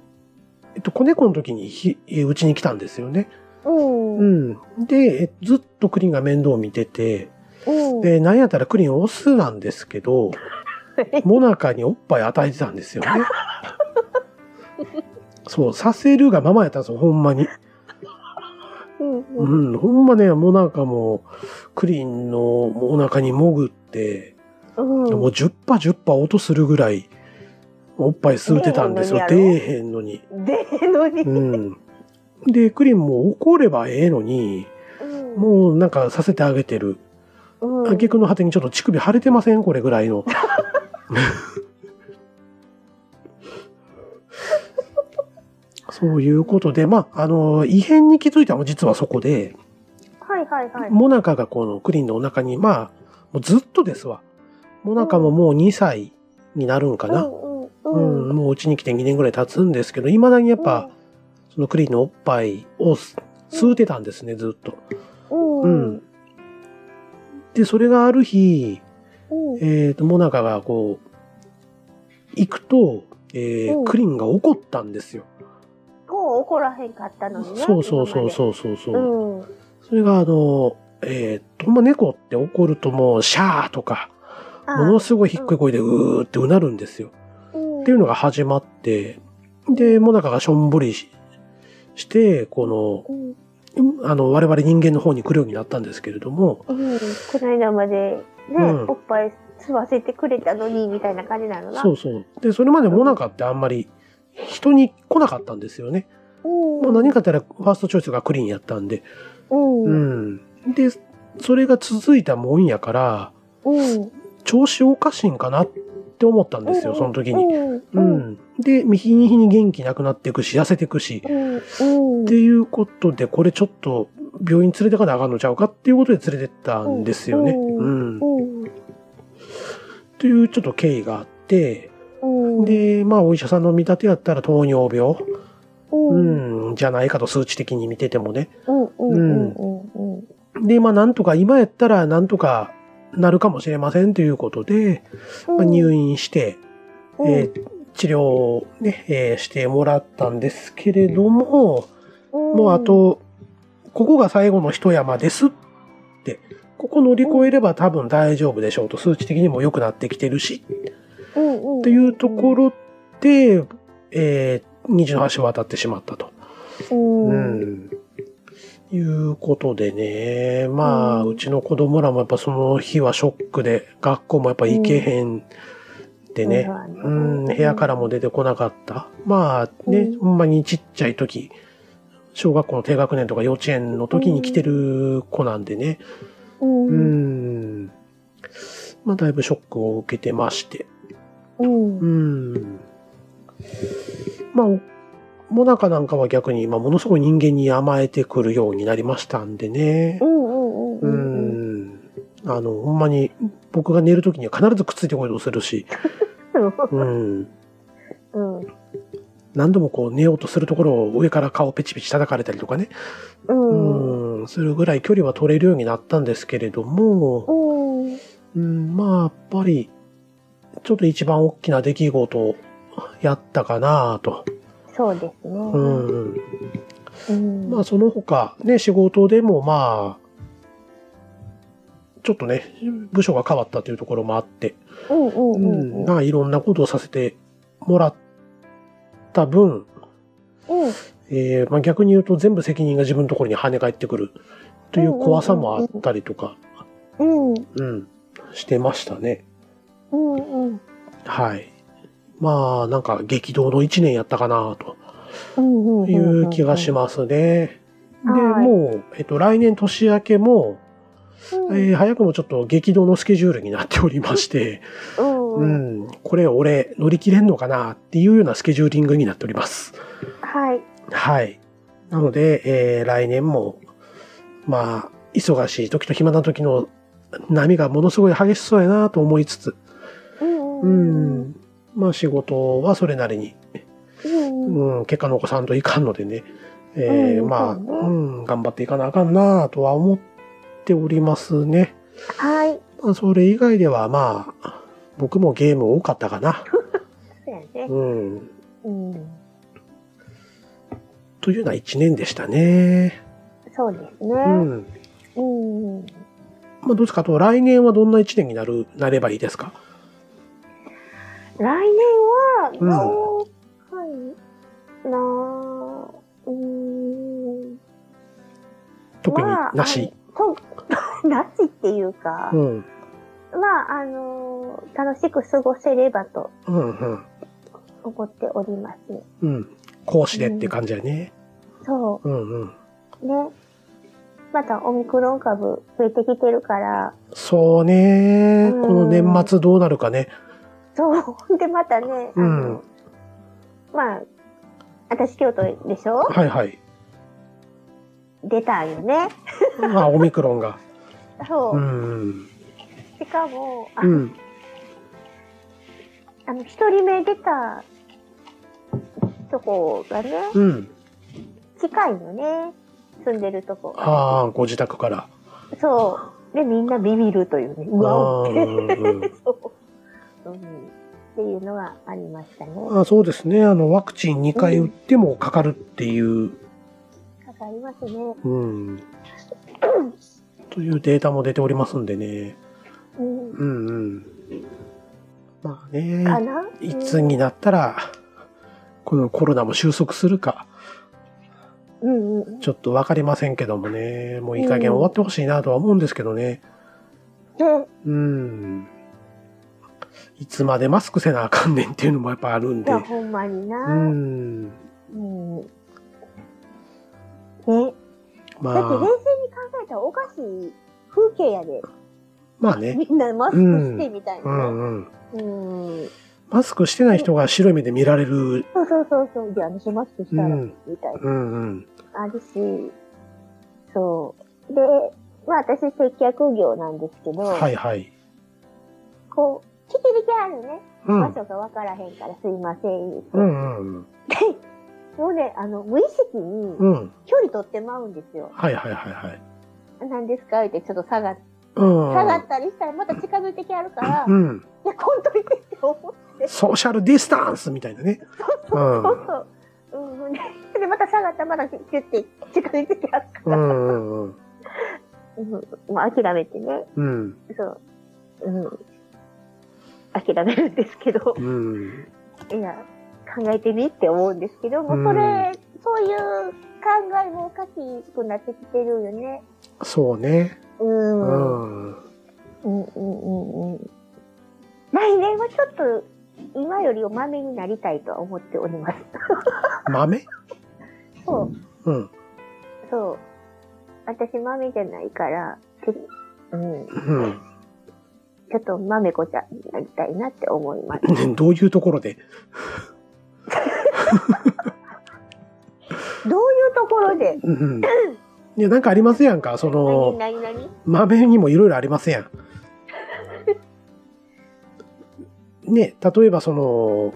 B: えっ、と、子猫の時にひ、えうちに来たんですよね。
A: う
B: う
A: ん。うん。
B: ん。で、えずっとクリンが面倒を見てて、
A: うん。
B: で、なんやったらクリンオスなんですけど、モナカにおっぱい与えてたんです よね。そう、させるがままやったんですよ、ほんまに。
A: う。
B: うんん、ほんまね、モナカも、クリンのお腹に潜って、
A: うん。
B: もう10パ10パ音するぐらい、おっぱい吸うてたんですよ、出
A: 出え
B: えへんのに。
A: でのに。
B: うん。で、クリンも怒ればええのに、もうなんかさせてあげてる。
A: うん、
B: 挙句の果てにちょっと乳首腫れてませんこれぐらいの。そういうことで、まあ、あの、異変に気づいたのは実はそこで、
A: はいはいはい。
B: モナカがこのクリンのお腹に、まあ、もうずっとですわ。モナカももう2歳になるんかな。
A: うん
B: う
A: う
B: ん、
A: んうん。
B: もううちに来て2年ぐらい経つんですけど、未だにやっぱ、そのクリンのおっぱいをす吸うてたんですね、ずっと。
A: うん、うん
B: うんで、それがある日、
A: うん。
B: えっ、と、モナカがこう、行くと、えー
A: うん
B: クリンが怒ったんですよ。
A: こう怒らへんかったのにね。
B: そうそうそうそうそうそう。
A: 今までうん。
B: それがあの、えっ、と、ほんま猫って怒るともう、シャーとか、
A: あ
B: ものすごい低い声でうーってうなるんですよ。っていうのが始まって、で、モナカがしょんぼりしして、こ
A: うんうん
B: の、あの、我々人間の方に来るようになったんですけれども、
A: うん、この間までね、
B: うん
A: おっぱい吸わせてくれたのにみたいな感じなのな。
B: そうそう。で、それまでモナカってあんまり人に来なかったんですよね。
A: うん。
B: もう何かって言ったらファーストチョイスがクリーンやったんで。
A: うん。
B: う
A: うん。
B: ん。で、それが続いたもんやから、
A: うん。
B: 調子おかしいんかなって思ったんですよ、その時に。
A: うん。
B: う
A: うん。
B: ん。で、日に日に元気なくなっていくし、痩せていくし、
A: うん。
B: っていうことで、これちょっと病院連れてかなあかんのちゃうかっていうことで連れてったんですよね。
A: う
B: うん。
A: うん。
B: というちょっと経緯があって、
A: うん。
B: で、まあお医者さんの見立てやったら糖尿病、
A: うん、うん。
B: うん、じゃないかと数値的に見ててもね。
A: うん。うん。うん。うん。
B: で、まあなんとか、今やったらなんとかなるかもしれませんということで、まあ、入院して、
A: うん
B: えー治療をね、えーしてもらったんですけれども、もうあ、と、ここが最後の一山ですって、ここ乗り越えれば多分大丈夫でしょうと、数値的にも良くなってきてるし、
A: うん。
B: というところで、えー、虹の橋を渡ってしまったと。
A: うん。
B: う
A: う
B: ん。
A: ん。
B: いうことでね、まあ、
A: うん
B: うちの子供らもやっぱその日はショックで、学校もやっぱ行けへんでね、う
A: うん
B: ん、部屋からも出てこなかった。まあね、
A: うん
B: ほんまにちっちゃい時、小学校の低学年とか幼稚園の時に来てる子なんでね、
A: う。
B: うんん、まあだいぶショックを受けてまして、
A: うん
B: う。ん。まあ、モナカなんかは逆に、まあ、ものすごい人間に甘えてくるようになりましたんでね
A: う、
B: う
A: ん。うん。
B: ん。あの、ほんまに僕が寝る時には必ずくっついてこいとするし、うん。
A: うん。
B: 何度もこう寝ようとするところを上から顔ペチペチ叩かれたりとかね、
A: うん。
B: うん、するぐらい距離は取れるようになったんですけれども、
A: うん。
B: うん、まあやっぱり、ちょっと一番大きな出来事をやったかなと。
A: そうですね。
B: う。
A: うんん。
B: まあその他、ね、仕事でもまあ、ちょっとね、部署が変わったというところもあって、
A: うん
B: う
A: うんうんうん
B: ん、。まあいろんなことをさせてもらった分、
A: うん。
B: えーまあ、逆に言うと全部責任が自分のところに跳ね返ってくるという怖さもあったりとか、
A: うん。
B: うん、してましたね。
A: うんうん。
B: はい。まあ、なんか激動の一年やったかな
A: うん
B: という気がし
A: ま
B: ますね。で、
A: はい
B: もう、えっと、来年年明けも、
A: す。
B: えー早くもちょっと激動のスケジュールになっておりまして、
A: うん
B: う
A: うん
B: ん、これ俺乗り切れんのかなっていうようなスケジューリングになっております。
A: はい。
B: はい。なので、えー来年も、まあ、忙しい時と暇な時の波がものすごい激しそうやなと思いつつ、
A: うん
B: う
A: うん
B: ん。まあ仕事はそれなりに、
A: うん
B: うん、結果残さんといかんのでね、えー
A: うん
B: まあ、
A: そうね
B: うん、頑張っていかなあかんなとは思っておりますね。
A: はい。
B: まあそれ以外ではまあ、僕もゲーム多かったか な。
A: そうやね。
B: うん。
A: うん。
B: というような一年でしたね。
A: そうです
B: う
A: ね。
B: ん。
A: うん。うん
B: まあ、どうですかあと、来年はどんな一年になる、なればいいですか
A: 来年は、どうかなうーん。
B: 特に
A: まあ
B: なし。。
A: となしっていうか
B: う、ん。
A: まあ、あのー、楽しく過ごせればと
B: うん、うん。
A: 思っております。
B: うん。講師でって感じやね。
A: そ
B: うん、うん。
A: う。ね。またオミクロン株増えてきてるから、
B: そうね。
A: うん
B: この年末どうなるかね。
A: そう。で、またね、あ
B: う
A: の、
B: ん。
A: まあ、私京都でしょ
B: はいはい。
A: 出たよね。
B: あ、オミクロンが。
A: そうう。
B: ん。
A: しかも、あ
B: うん。
A: あの、一人目出たとこがね、
B: うん。
A: 近いのね。住んでるとこが。
B: ああ、ご自宅から。
A: そう。で、みんなビビるというね。うわお
B: あ
A: っ
B: ー
A: て。
B: うんうん
A: そう、うん。っていうのがありましたね。
B: あそうですね。あの、ワクチン2回打ってもかかるっていう、
A: かかりますね。
B: うん。というデータも出ておりますんでね。
A: うん。
B: うんうん。まあ
A: か
B: ね、
A: ない
B: つになったら、このコロナも収束するか、
A: うんうんうん。
B: ちょっとわかりませんけどもね、もういい加減終わってほしいなとは思うんですけどね。
A: ね
B: うん。いつまでマスクせなあかんねんっていうのもやっぱあるん
A: い
B: で。
A: や、ほんまにな。
B: う。ん。
A: うん、ね。
B: ま
A: だって冷静に考
B: あ、
A: えたらおかしい風景やで。
B: まあね。
A: みんなマスクしてみたいうな。
B: んうん。
A: うん。
B: マスクしてない人が白い目で見られる。
A: そうそうそうそう。で、私マスクした
B: う
A: ら、
B: ん
A: みたいな。
B: うんうん。
A: あるし、そう。で、まあ私接客業なんですけど、
B: はいはい。
A: こう、聞き引きあるね。
B: う
A: 場
B: ん。
A: 所がわからへんからすいません。
B: う
A: で、
B: んうん
A: もうね、あの、無意識に
B: うん。うん。
A: 距離取ってまうんですよ。
B: はいはいはいはい。
A: 何ですかってちょっと下がっ
B: うん。
A: 下がったりしたらまた近づいてきあるから、い
B: うん。
A: や、こんといてって思う。
B: ソーシャルディスタンスみたいなね。うん。
A: そうそう。うん、で、また下がったらまだキュッて近づいてきあるか
B: う
A: ら、
B: んうんうん。
A: うん、まあ諦めてね、
B: うん。
A: そう。うん。諦めるんですけど。
B: うん。
A: いや、考えてみって思うんですけども、
B: うん
A: それ、そういう考えもおかしくなってきてるよね。
B: そうね。
A: う。
B: うん
A: うん、
B: ん。
A: うん、うん、うん。来年はちょっと、今よりお豆になりたいとは思っております。
B: 豆
A: そう、
B: うん。
A: そう。私豆じゃないから、てうん、
B: うん。
A: ちょっと豆子ちゃんになりたいなって思い ます。
B: ねどういうところで
A: どういうところで
B: うん。いや、なんかありますやんか。そ
A: 何
B: の、
A: 何何
B: 豆にもいろいろありますやん。ね、例えばその、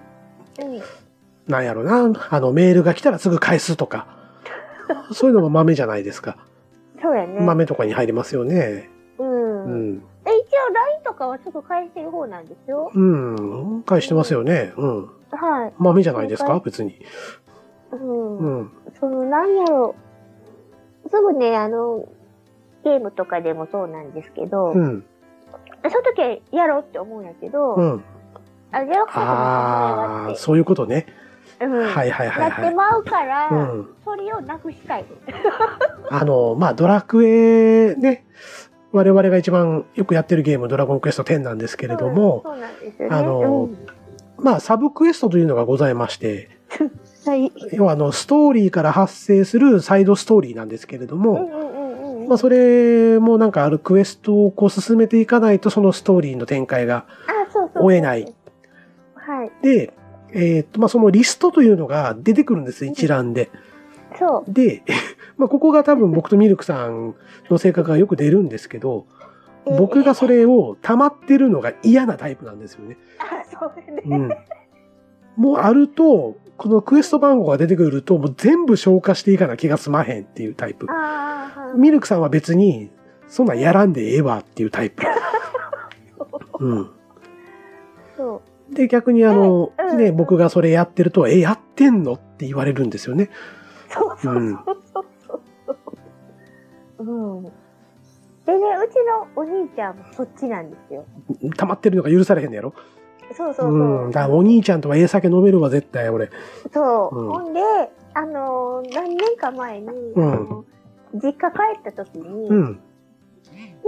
A: うん。
B: なんやろな、あの、メールが来たらすぐ返すとか、そういうのも豆じゃないですか。
A: そうやね。
B: 豆とかに入りますよね。う
A: うん。
B: ん。
A: え、一応 LINE とかはすぐ返してる方なんですよ。
B: うん。返してますよね。うん。
A: はい。
B: 豆じゃないです
A: 了
B: か
A: 解
B: 別に。
A: うん。
B: うん。
A: その、なんやろう。すぐね、あの、ゲームとかでもそうなんですけど、
B: うん。
A: その時はやろうって思うんやけど、
B: うん。
A: あ、やろうかと
B: ああ、
A: 思って、
B: そういうことね。
A: うん、
B: はいはいはい
A: や
B: は
A: って
B: い。
A: まうから、
B: うん。
A: それをなくしたい。
B: あの、まあ、ドラクエね、我々が一番よくやってるゲーム、ドラゴンクエスト10なんですけれども、
A: そうなんですよね。
B: あの
A: うん、
B: まあ、サブクエストというのがございまして、
A: はい。
B: 要はあの、ストーリーから発生するサイドストーリーなんですけれど
A: うん
B: も、
A: うんうんうん。
B: まあ、それもなんかあるクエストをこう進めていかないと、そのストーリーの展開が。
A: あ、そうそうそう。
B: 追えない。
A: はい。
B: で、えーっと、まあ、そのリストというのが出てくるんです、一覧で。
A: そう。
B: で、 まあ、ここが多分僕とミルクさんの性格がよく出るんですけど、
A: えー
B: 僕がそれを溜まってるのが嫌なタイプなんですよね。
A: あ、そうね。
B: うん。もうあると、このクエスト番号が出てくると、もう全部消化していかな気が済まへんっていうタイプ。
A: ああ、はい
B: ミルクさんは別に、そんなんやらんでええわっていうタ イプ。うん。
A: そう。
B: で、逆にあの、
A: うんうん
B: ね、僕がそれやってると、え、やってんのって言われるんですよね。
A: そうそうそうそうそう。うん。でね、うちのお兄ちゃんもそっちなんですよ。
B: 溜まってるのが許されへんのやろ。
A: そうそうそう。
B: うん。だからお兄ちゃんとはええ酒飲めるわ、絶対、俺。
A: そう、
B: うん
A: ほんで、あのー何年か前に、
B: うん
A: あの実家帰った時に、
B: うん。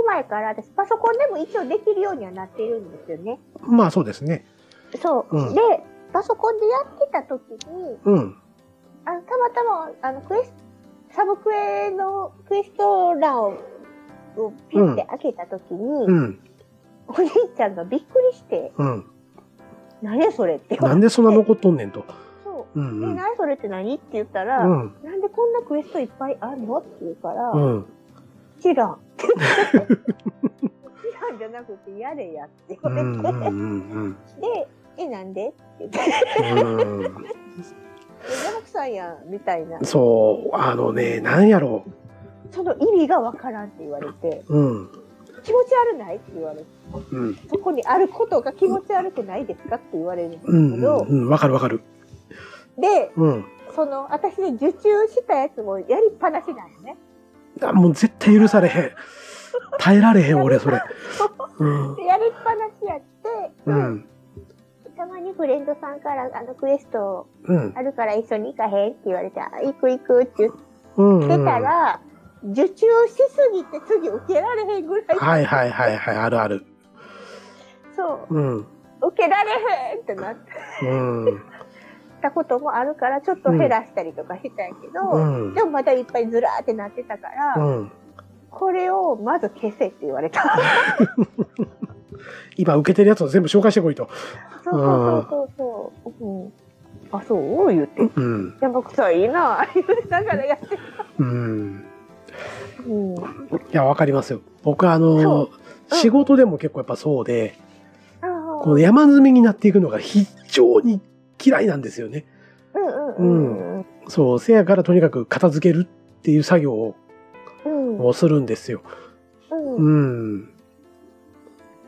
A: 今やから私パソコンでも一応できるようにはなってるんですよね。
B: まあ、そうですね。
A: そう。
B: うん
A: で、パソコンでやってた時に、
B: うん。
A: あのたまたま、あの、クエスサブクエのクエスト欄を、をピッて開けた時に、
B: うん。
A: お兄ちゃんがびっくりして、
B: うん。
A: 何それって言わ
B: な
A: れ
B: ん
A: て
B: でそんな残っとんねんと。
A: そうう。
B: んう
A: え、
B: ん。
A: 何それって何って言ったら、
B: うん。
A: なんでこんなクエストいっぱいあんのって言うから、
B: うん。
A: 知らん。 知らんじゃなくて、やれやって
B: う
A: 言われ
B: ん。う
A: て。
B: ん。うん。
A: で、え、なんでって言って、
B: うんうん。
A: え山木さんやん、みたいな。
B: そう、あのね、なんやろ
A: その意味がわからんって言われて、
B: う。うん。
A: 気持ち悪ないって言われて、
B: うん。
A: そこにあることが気持ち悪くないですかって言われるんですけ
B: うん。うん
A: ど、
B: うん。わかるわかる。
A: で、
B: うん。
A: その、私ね、受注したやつもやりっぱなしなんよね。
B: あもう絶対許されへん。耐えられへん、俺、それ。うん。
A: でやりっぱなしやって、
B: うん。
A: たまにフレンドさんから、あの、クエスト
B: うん。
A: あるから一緒に行かへんって言われて、あ行く行くって言っ
B: うん。うん
A: てたら、受注しすぎて次受けられへんぐらい、
B: はいはいはいはい、あるある。
A: そ
B: うん。
A: う、受けられへんってな
B: うん。
A: ったこともあるから、ちょっと減らしたりとかしたんやけど、
B: うん
A: でもまたいっぱいずらーってなってたから、
B: うん。
A: これをまず消せって言われた。
B: 今受けてるやつを全部紹介してこいと。
A: そうそうそうそうそう。うん、あ、そう言って。
B: うん。
A: 山口さんいいな。 言いながらやって。
B: うん。
A: うん。
B: いや、わかりますよ。僕はあ
A: そ
B: の
A: う、うん
B: 仕事でも結構やっぱそうで、
A: あ
B: この山積みになっていくのが非常に嫌いなんですよね。
A: うんうんうん。
B: そう、せやからとにかく片付けるっていう作業を
A: うん。
B: をするんですよ。
A: うん
B: うん。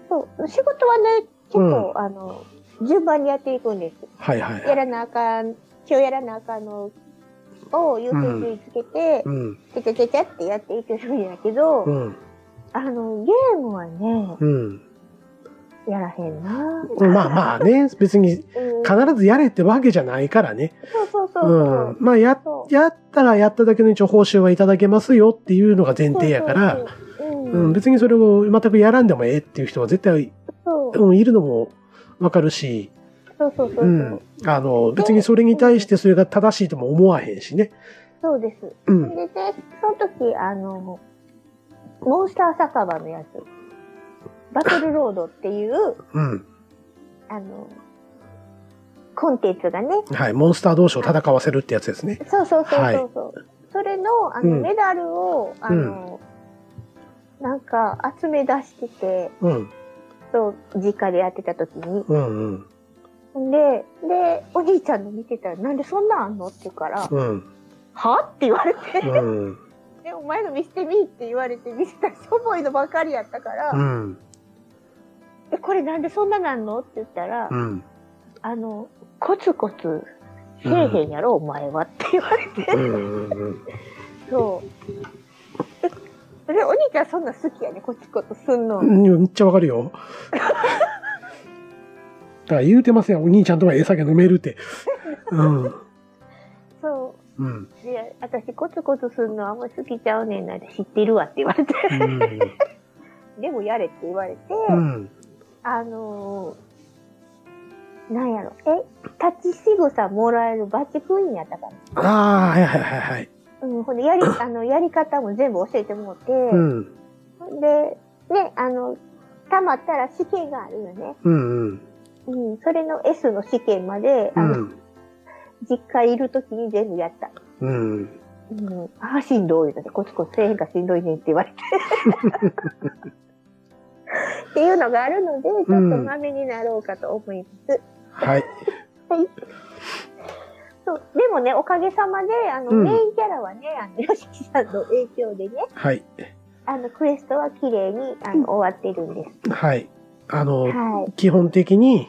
A: そう仕事はね、結構、あの、順番にやっていくんです。
B: はいはいは
A: や
B: い。
A: らなあかん、今日やらなあかんのを優先順位つけて
B: う、ん。
A: ちゃちゃちゃちゃってやっていけるんやけど、
B: うん。
A: あの、ゲームはね、
B: うん。
A: やらへんな。
B: まあまあね、別に
A: うん
B: 必ずやれってわけじゃないからね。
A: そうそうそう
B: う
A: そう。
B: ん。まあや、
A: そう
B: やったらやっただけの一応報酬はいただけますよっていうのが前提やから、
A: そうそうそう、
B: う、
A: うんん、
B: 別にそれを全くやらんでもええっていう人は絶対、
A: そう
B: うん、いるのもわかるし、
A: そうそうそう、
B: うん。あの、別にそれに対してそれが正しいとも思わへんしね。
A: そうです。
B: う
A: で
B: ん。
A: ね、その時、あの、モンスター酒場のやつ、バトルロードっていう、
B: うん。
A: あの、コンテンツがね、
B: はい。モンスター同士を戦わせるってやつですね。
A: そうそうそう
B: はい
A: そうそう、それの、あの、
B: うん
A: メダルを、あの、なんか集め出してて、
B: うん。
A: そう、実家でやってた時に。
B: うんうん。
A: で、で、おじいちゃんの見てたら、なんでそんなんあんのって言うから、
B: うん。
A: はって言われて、
B: うん。
A: で、お前の見せてみいって言われて見せたらしょぼいのばかりやったから、
B: うん。
A: え、これなんでそんななんのって言ったら、
B: うん。
A: あの、コツコツせえへんやろ、お前はって言われて、
B: うん。うん。
A: そう。えで、お兄ちゃんそんな好きやね、コツコツすんの。
B: うんめっちゃわかるよ。 だから言うてますやん。お兄ちゃんとはええ酒飲めるって。うん。
A: そ
B: うん。
A: う。で、私コツコツすんのあんま好きちゃうねんなんて知ってるわって言われて、
B: うん。
A: でもやれって言われて、
B: うん。
A: あのー、なんやろ、え、立ち仕草もらえるバッチクイーンやったから。
B: ああ、はいはいはいはい。
A: うん、ほん で、やり、あの、やり方も全部教えてもらって、
B: うん。
A: で、ね、あの、たまったら試験があるよね。
B: うんうん。
A: うん、それの S の試験まで、
B: う
A: あの、
B: ん。
A: 実家いるときに全部やった。
B: うん。
A: うん、ああ、しんどいので、コツコツせえへんかしんどいねんって言われて。っていうのがあるので、ちょっと
B: うん
A: まめになろうかと思います。
B: はい。
A: そう、でもね、おかげさまで、あの、
B: うん
A: メインキャラはね、あの、ヨシキさんの影響でね、
B: はい。
A: あの、クエストは綺麗に、あの、終わってるんです。
B: はい。あの、
A: は
B: 基本的に、
A: い。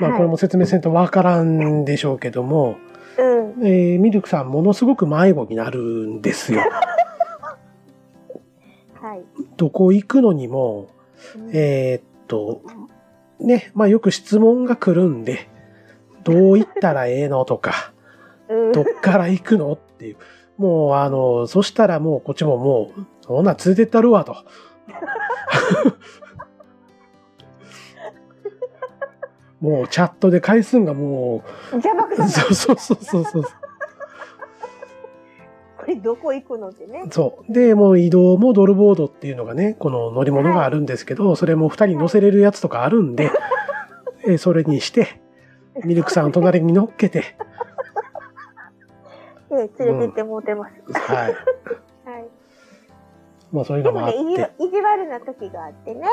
B: まあこれ
A: は
B: も説明せんとわからんでしょうけども、
A: い、うん。
B: えーミルクさんものすごく迷子になるんです よ。
A: はい。
B: どこ行くのにも、
A: うん
B: えーっと、ね、まあよく質問が来るんで、どう行ったらええのとか、
A: うん
B: どっから行くのっていう。もうあの、そしたらもうこっちももう、そんなん連れてったるわと。 もうチャットで返すんがも
A: 邪魔くさ
B: う、
A: ない。
B: そうそうそうそうそう。
A: これどこ行くのってね。
B: そう。で、もう移動もドルボードっていうのがね、この乗り物があるんですけど、それも二人乗せれるやつとかあるんで、えーそれにして、ミルクさんを隣に乗っけて、
A: ええ連れてってもうてます。
B: はい。
A: はい。
B: まあそういう
A: で
B: のも
A: も
B: あっ
A: ね、意地
B: て。
A: 意地悪な時があって ね。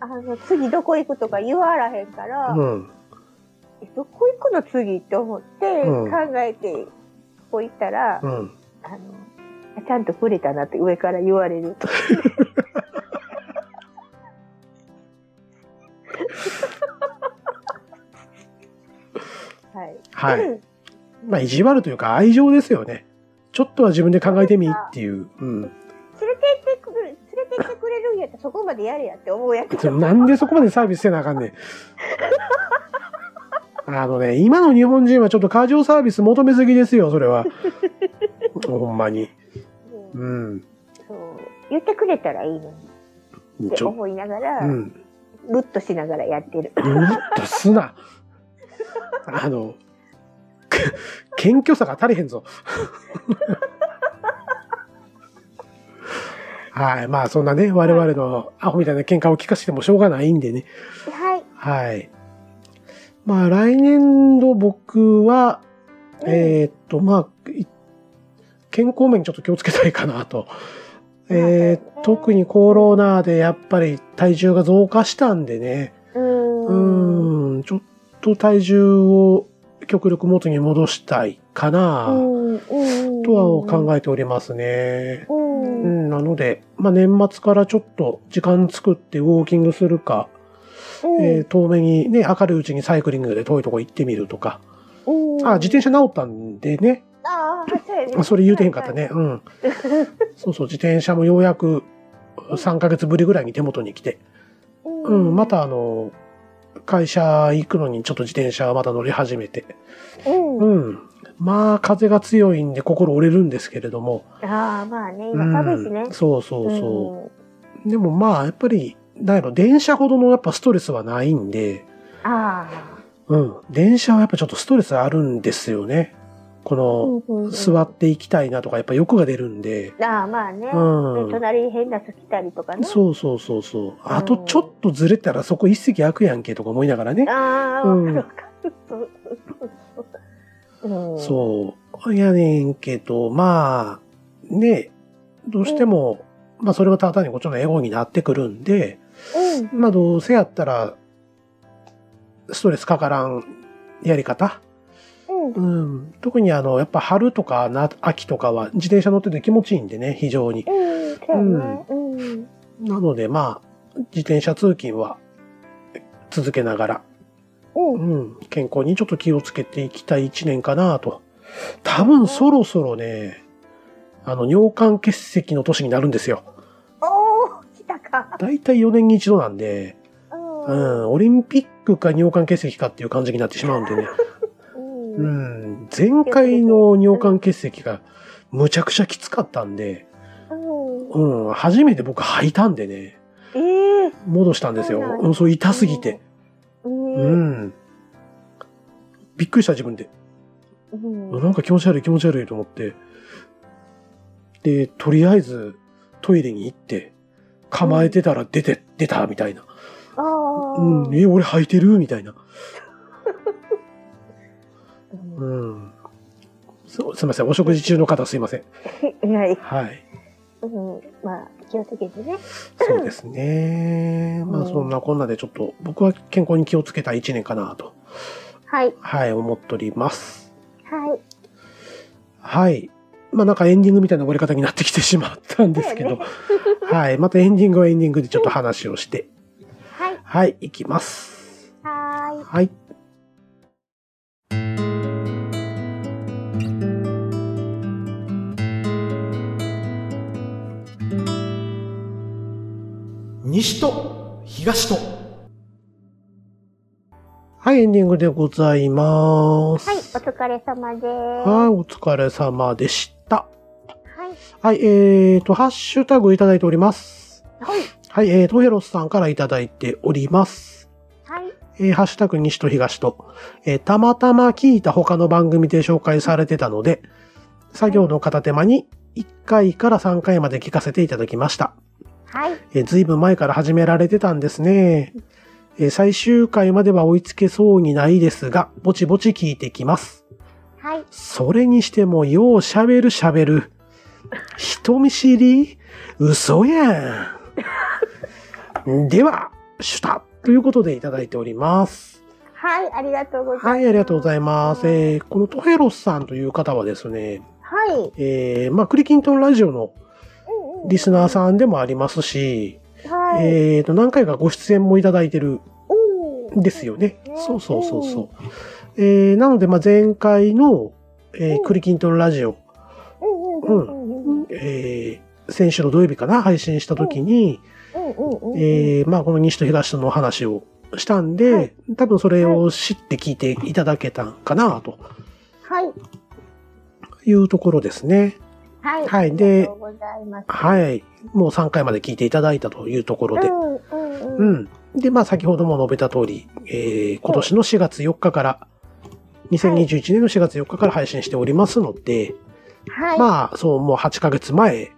A: あの、次どこ行くとか言わらへんから、
B: うん。
A: えどこ行くの次って思って
B: うん
A: 考えて、こう行ったら、
B: うん。
A: あの、あちゃんとくれたなって上から言われ る。はい。
B: はい。まあ意地悪というか愛情ですよね。ちょっとは自分で考えてみっていう。うん。
A: 連れて行ってくれる、連れて行ってくれるんやったらそこまでやれやって思うやけ
B: ちょ
A: ど。
B: なんでそこまでサービスせなあかんねん。あのね、今の日本人はちょっと過剰サービス求めすぎですよ、それは。ほんまに。
A: うん
B: うん。
A: そう。言ってくれたらいいのにっ
B: ち
A: て
B: ょ、
A: 思いなが
B: う
A: ら、
B: ん。
A: グッとしながらやってる。
B: うるっとすな。あの、く謙虚さが足りへんぞ。はい。まあ、そんなね、我々のアホみたいな喧嘩を聞かせてもしょうがないんでね。
A: はい。
B: はい。まあ、来年度僕は、えーっと、まあ、い健康面にちょっと気をつけたいかなと。えー特にコロナでやっぱり体重が増加したんでね。
A: うーん。
B: うーん、ちょっと体重を極力元に戻したいかな、
A: ん
B: とは考えておりますね。
A: うん
B: う。ん、なので、まあ、年末からちょっと時間作ってウォーキングするか、
A: うん
B: えー遠目にね、明るいうちにサイクリングで遠いとこ行ってみるとか、
A: うん
B: あ、自転車直ったんでね、
A: ああ、そうやね
B: あそれ言うてへんかったね、。うん。 そうそう、自転車もようやく3ヶ月ぶりぐらいに手元に来て、う、
A: うん
B: ま。たあの、会社行くのにちょっと自転車また乗り始めて、
A: うん。
B: うん。まあ、風が強いんで心折れるんですけれども。
A: ああ、まあね、
B: うん
A: 今寒いしね。
B: そうそうそう。でもまあ、やっぱり、なんやろ、電車ほどのやっぱストレスはないんで、
A: うん。あ
B: うん。電車はやっぱちょっとストレスあるんですよね。
A: あ。
B: この、座
A: っ
B: っていきたいなとか、やっぱ欲が出るんで。
A: ああ、まあね。
B: うん
A: 隣変な人来たりとかね。
B: そうそうそうそう。あとちょっとずれたらそこ一席空くやんけとか思いながらね。
A: ああ、
B: う
A: わ
B: ん
A: かるわかる。そうそうそう。うん。
B: そう。やねんけど、まあ、ね、どうしても、まあそれはただ単にこっちのエゴになってくるんで、
A: うん。
B: まあどうせやったら、ストレスかからんやり方。
A: うん。
B: うん。特にあの、やっぱ春とかな秋とかは自転車乗ってて気持ちいいんでね、非常に。
A: うん。そうやね。うん。
B: なのでまあ、自転車通勤は続けながら、う
A: う。
B: んん、健康にちょっと気をつけていきたい一年かなと。多分そろそろね、あの、尿管結石の年になるんですよ。
A: おー、来たか。
B: だいたい4年に一度なんで、
A: う。
B: うんん、オリンピックか尿管結石かっていう感じになってしまうんでね。う
A: うん。
B: ん、前回の尿管結石がむちゃくちゃきつかったんで、
A: うん
B: うん、初めて僕吐いたんでね、
A: ええ。
B: 戻したんですよ。
A: そうなんだ
B: うん、そう痛すぎて。
A: うん
B: う。ん。びっくりした自分で。
A: うん
B: なんか気持ち悪い気持ち悪いと思って。で、とりあえずトイレに行って、構えてたら出て、出たみたいな。
A: ああ。
B: うん、え、俺吐いてるみたいな。
A: うん
B: うん。そうすいません、お食事中の方すいません。
A: いやいや
B: はい。
A: うん、まあ、気をつけてね。
B: そうですね。まあ
A: うん
B: そんなこんなでちょっと僕は健康に気をつけた一年かなと、
A: はい。
B: はい、思っております。
A: はい。
B: はい。まあなんかエンディングみたいな終わり方になってきてしまったんですけど、
A: だよね
B: はい。またエンディングはエンディングでちょっと話をして、
A: はい。
B: はい、いきます。
A: は
B: はい。
C: 西と東と
B: はい、エンディングでございます。
A: ーい。はい。お疲れ様です。
B: はい、
A: は
B: お疲れ様でした。
A: い。
B: はい、えーと、ハッシュタグいただいております。
A: はい。
B: はい、えー、トヘロスさんからいただいております。
A: はい。
B: えーハッシュタグ西と東と、えーたまたま聞いた他の番組で紹介されてたので、作業の片手間に1回から3回まで聞かせていただきました。
A: はい。
B: えーずいぶん前から始められてたんですね。えー最終回までは追いつけそうにないですが、ぼちぼち聞いてきます。
A: はい。
B: それにしても、よう喋る喋る。人見知り嘘やん。では、シュタということでいただいております。
A: はい、ありがとうございます。
B: はい、ありがとうございます。えーこのトヘロスさんという方はですね、
A: はい。
B: えーまあ、クリキントンラジオの
A: うんうん
B: リスナーさんでもありますし、
A: はい。
B: えーと、何回かご出演もいただいてる
A: うん
B: んですよね。
A: ね
B: そうそうそうそう。えーなので、まあ、前回の、えークリキントンラジオ、
A: うんうんうんうんうん
B: えー先週の土曜日かな、配信した時に、
A: うんうん
B: えーまあ、この西と東との話をしたんで、
A: はい
B: 多分それを知って聞いていただけたんかな、と
A: はい。
B: いうところですね。
A: はい。
B: はいで
A: ありがとうございます。
B: はい。もう3回まで聞いていただいたというところで。
A: うんうん
B: う
A: うん。
B: ん。で、まあ先ほども述べた通り、えー今年の4月4日から、2021年の4月4日から配信しておりますので、
A: はい。
B: まあそう、もう8ヶ月前、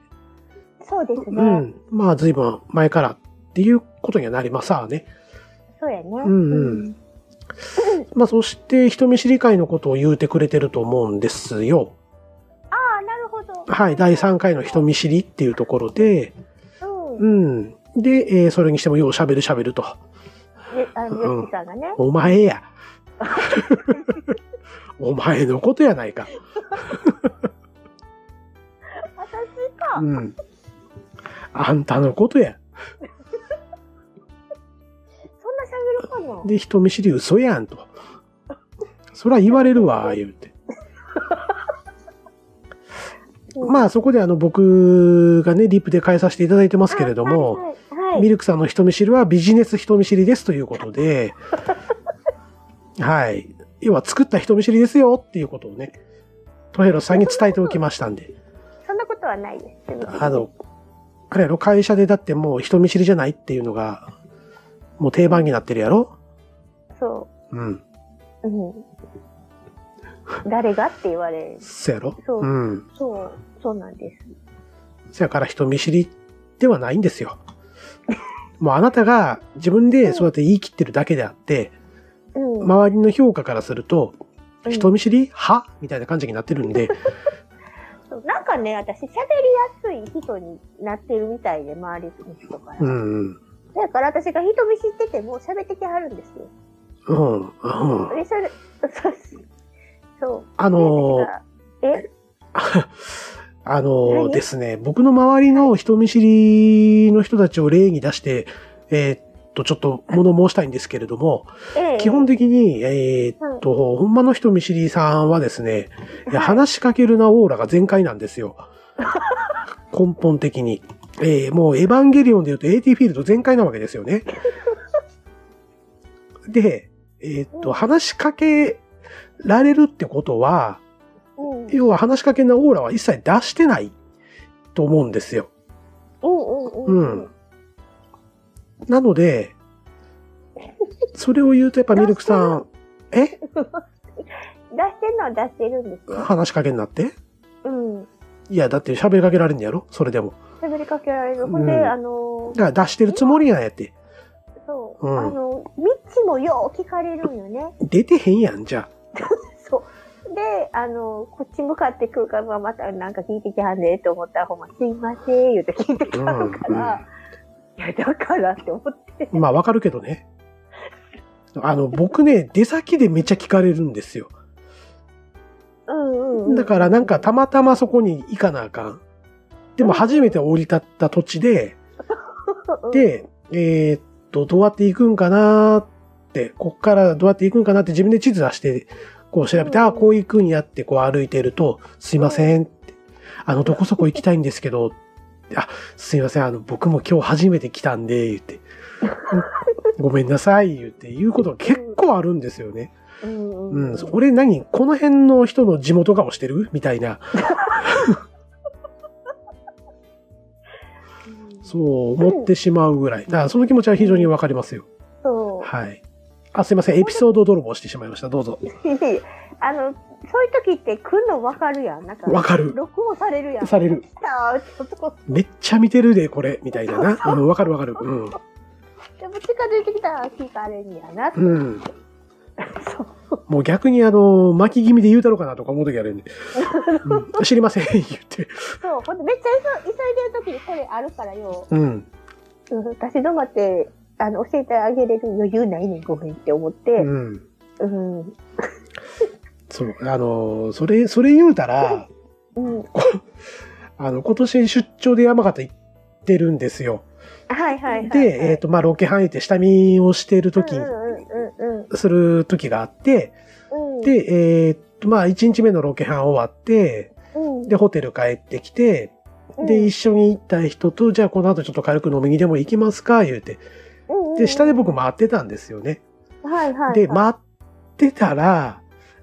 A: そうです
B: う
A: ね。
B: ん。まあ随分前からっていうことにはなりますわね。
A: そうやね。う ん
B: うん。まあそして人見知り会のことを言うてくれてると思うんですよ。
A: ああ、なるほど。
B: はい。第3回の人見知りっていうところで、
A: うん。
B: うん。で、えーそれにしてもよう喋る喋ると。
A: であの、
B: うん
A: ヨッシーさんがね。
B: お前や。 お前のことやないか。
A: 私か。
B: うん。あんたのことや。
A: そんな喋るかな
B: で、人見知り嘘やんと。そら言われるわ、言うて。まあ、そこであの、僕がね、リップで変えさせていただいてますけれど
A: あ
B: も、
A: はいはいは
B: ミ
A: い。
B: ルクさんの人見知りはビジネス人見知りですということで、はい。要は作った人見知りですよっていうことをね、トヘロスさんに伝えておきましたんで。
A: そんなことはないです。すいません
B: あの、あれやろ、会社でだってもう人見知りじゃないっていうのが、もう定番になってるやろ
A: そ
B: うん。
A: う。うん。誰がって言われる。
B: そやろ。
A: そうんそう。そうなんです。
B: そやから人見知りではないんですよ。もうあなたが自分でそうやって言い切ってるだけであって、
A: うん。
B: 周りの評価からすると、
A: うん
B: 人見知りはみたいな感じになってるんで、
A: そうなんかね、私喋りやすい人になってるみたいで、周りの人から。
B: うん、うん、
A: だから私が人見知ってても喋ってきはるんですよ。
B: うん、うん。
A: でそれ、そう。そう。
B: あのー、
A: でえ
B: あの
A: 何
B: ですね、僕の周りの人見知りの人たちを例に出して、えーっと、ちょっと物申したいんですけれども、
A: ええ
B: 基本的に、えーっと、ほんまの人見知りさんはですね、いや
A: はい
B: 話しかけるなオーラが全開なんです よ。根本的に。えーもうエヴァンゲリオンで言うと AT フィールド全開なわけですよね。で、えーっ
A: う
B: と、
A: ん
B: 話しかけられるってことは、
A: うん。
B: 要は話しかけのオーラは一切出してないと思うんですよ。
A: うんうん
B: う
A: うん。
B: ん。なので、それを言うとやっぱミルクさん、え
A: 出してるのは出してるんですよ。
B: 話しかけになって
A: うん。
B: いや、だって喋りかけられんやろそれでも。
A: 喋りかけられる。ほんで、
B: うん
A: あのー、
B: だから出してるつもりなんやって。
A: そう。
B: うん
A: あの、ミッチもよう聞かれるんよね。
B: 出てへんやん、じゃ
A: そう。で、あの、こっち向かってくるから、まあまたなんか聞いてきはんねって思ったら、ほんま、すいません、言うて聞いてきはるから、いや、だからって思って。
B: あ。まあわかるけどね。あの、僕ね、出先でめっちゃ聞かれるんですよ。
A: うんうんうん。
B: だからなんかたまたまそこに行かなあかん。でも初めて降り立った土地で、
A: うん、
B: で、えーっと、どうやって行くんかなーって、こっからどうやって行くんかなって自分で地図出して、こう調べて、
A: うん
B: ああ、こう行くんやってこう歩いてると、すいませんって、あの、どこそこ行きたいんですけど、あ、すいません、あの、僕も今日初めて来たんで、言って、ごめんなさい、言って、言うことが結構あるんですよね。
A: うんう。
B: うんん、俺何この辺の人の地元顔してるみたいな。そう思ってしまうぐらい。だからその気持ちは非常にわかりますよ。
A: そう。
B: はい。あ、すいません。エピソード泥棒してしまいました。どうぞ。
A: あの、そういう時って来るの分かるやん。なんか、
B: わかる。
A: 録音されるやん。
B: される
A: 来たーってこと
B: めっちゃ見てるで、これ。みたいなな。うん、わかるわかる。うん。
A: でも近づいてきたら聞かれんやなって。
B: うん。
A: そう。
B: もう逆にあの、巻き気味で言うたろかなとか思う時あるんで。うん知りません、言 って。
A: そう。ほんでめっちゃ急い急いでる時にこれあるからよ。
B: うん。
A: うん、私どまって、あの、教えてあげれる余裕ないねん、ごめんって思って。
B: うん。
A: うん。うん。
B: そう、あの、それ、それ言うたら、 あの、今年出張で山形行ってるんですよ。
A: はいはいはい、はい。
B: で、えっ、と、まあ、ロケ範囲って下見をしてる時
A: うんうんうん
B: する時があって、
A: うんうん。
B: で、えっ、と、まあ、1日目のロケハン終わって、
A: うん、
B: で、ホテル帰ってきて、で、一緒に行った人と、じゃあこの後ちょっと軽く飲みにでも行きますか、言うて。で、下で僕待ってたんですよね。
A: はいはいはい、
B: で、待ってたら、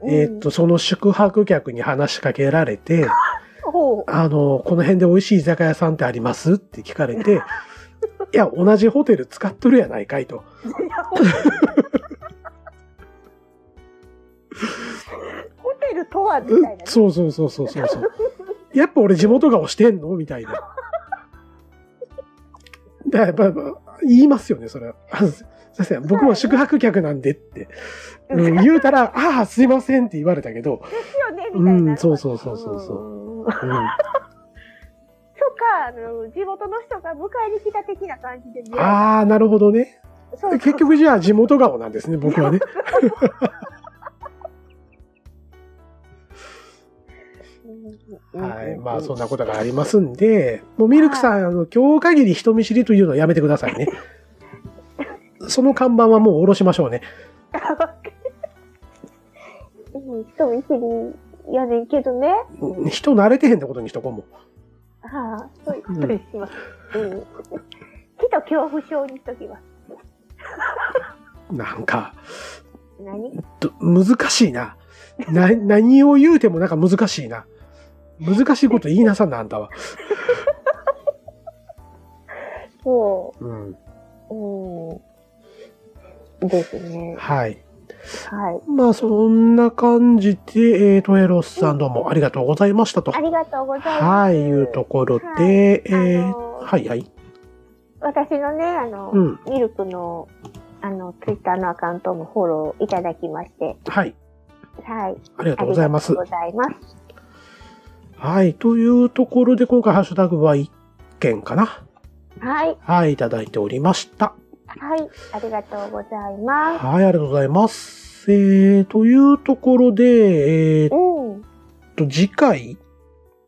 B: えっ、と、その宿泊客に話しかけられ て、
A: うん、ほう
B: あの、この辺で美味しい居酒屋さんってありますって聞かれ て、いや、同じホテル使っとるやないかいと。
A: いやほんホテルとはみたいなね、
B: うそうそうそうそうそうそう。やっぱ俺地元が押してんのみたいな。だやっぱ言いますよね、それは。あすすいません、僕も宿泊客なんでって、うん、言うたら、ああ、すいませんって言われたけど、
A: ですよねみたいな、
B: うんそうそうそうそうそ
A: うん
B: うん、
A: とかあの地元の人が迎えに来た的な感じでね
B: ああ、なるほどね。
A: そう
B: 結局じゃあ地元顔なんですね、僕はね。はい。まあ、そんなことがありますんで、もうミルクさん、あの、今日限り人見知りというのはやめてくださいね。その看板はもう下ろしましょうね。
A: と、うん、人見知りやねんけどね
B: 人慣れてへんってことにしとこうも
A: はあ、そういうことにします。うん。きっと恐怖症にしときます。
B: ん。なんか、
A: 何
B: ど難しいな。な、 何を言うてもなんか難しいな。難しいこと言いなさんな、あんたは。
A: そ
B: うん。
A: う。うん。ですね。
B: はい。
A: はい。
B: まあ、そんな感じで、えー、トエロスさんどうもありがとうございましたと。
A: ありがとうございます。
B: はい、いうところで、
A: はい
B: え
A: あ
B: ー、
A: の
B: はいはい。
A: 私のね、あの、
B: うん
A: ミルクの、あの、ツイッターのアカウントもフォローいただきまして、
B: はい。
A: はい。
B: ありが
A: あ
B: とうございま
A: り
B: す
A: がとう。ございます。
B: はい。というところで、今回ハッシュタグは1件かな。
A: はい。
B: はい、いただいておりました。
A: はい。ありがとうございます。
B: はい、ありがとうございます。えー、というところで、えー
A: う
B: っ
A: ん。うん
B: と、次回、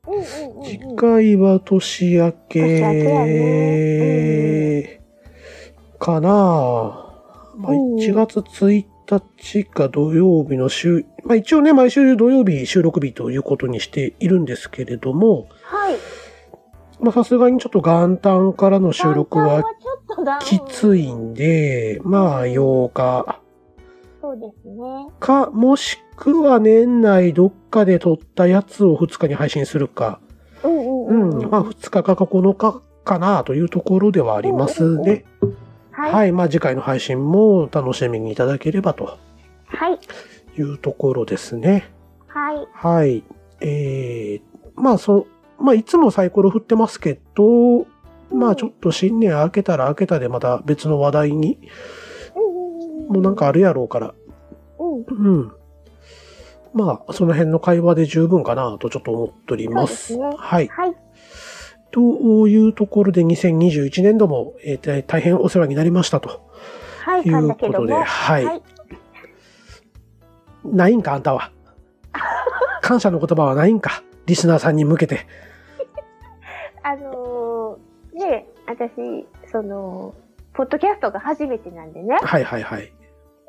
A: うんうん、
B: 次
A: うん。
B: 回は年明
A: 年明けやね
B: け、かなあまあ、
A: うん
B: 1月1日か土曜日の週、まあ一応ね、毎週土曜日収録日ということにしているんですけれども、
A: はい。
B: まあさすがにちょっと元旦からの収録は
A: 簡単ちょっとだ
B: きついんで、まあ8日
A: そうですね。
B: か、もしくは年内どっかで撮ったやつを2日に配信するか、
A: うん
B: う
A: うん
B: ん、まあ2日か9日かなというところではありますね。
A: は。
B: はいい、まあ次回の配信も楽しみにいただければと
A: はい。
B: いうところですね。
A: はい。
B: はい。えー、まあそう、まあいつもサイコロ振ってますけど、まあちょっと新年明けたら明けたでまた別の話題にもうなんかあるやろうから、
A: うん、
B: うん。まあ、その辺の会話で十分かなとちょっと思っております。
A: そうですね
B: はい。
A: はい。
B: というところで2021年度も、えー大大変お世話になりましたと
A: はい。
B: い
A: なん
B: う
A: だけ
B: こ
A: ど
B: とで、
A: も。
B: はい。
A: はい
B: ないんか、あんた は。感謝の言葉はないんか。リスナーさんに向けて。
A: あのー、ね、私、その、ポッドキャストが初めてなんでね。
B: はいはいはい。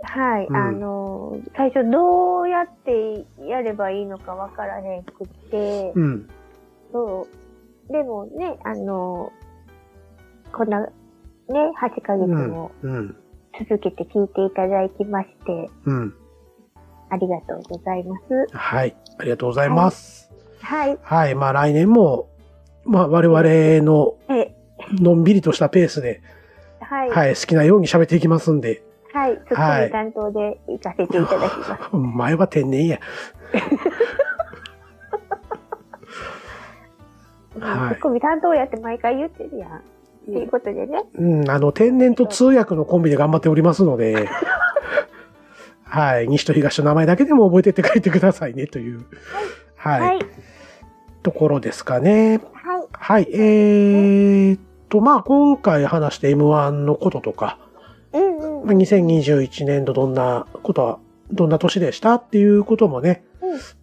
A: はい。
B: うん
A: あのー、最初どうやってやればいいのかわからへんくって、
B: うん。
A: そう。でもね、あのー、こんな、ね、8ヶ月
B: うん
A: も。
B: うん。
A: 続けて聞いていただきまして、
B: うん。
A: ありがとうございます。
B: はい。ありがとうございます。
A: はい。
B: はい。まあ来年も、まあ我々の
A: え、
B: のんびりとしたペースで、
A: はい。はい。
B: はい、好きなように喋っていきますんで。
A: ツッコミ担当で行かせていただきます。
B: お前は天然や。はい
A: ツッコミ担当やって毎回言ってるやん。っていうことでね。
B: うん、あの、天然と通訳のコンビで頑張っておりますの で、はい、西と東の名前だけでも覚えてって書いてくださいねという、はい、
A: はい。
B: ところですかね。
A: はい。
B: はい、えーっと、まあ、今回話した M1 のこととか、
A: うんうん。
B: まあ2021年度どんなことは、どんな年でしたっていうこともね、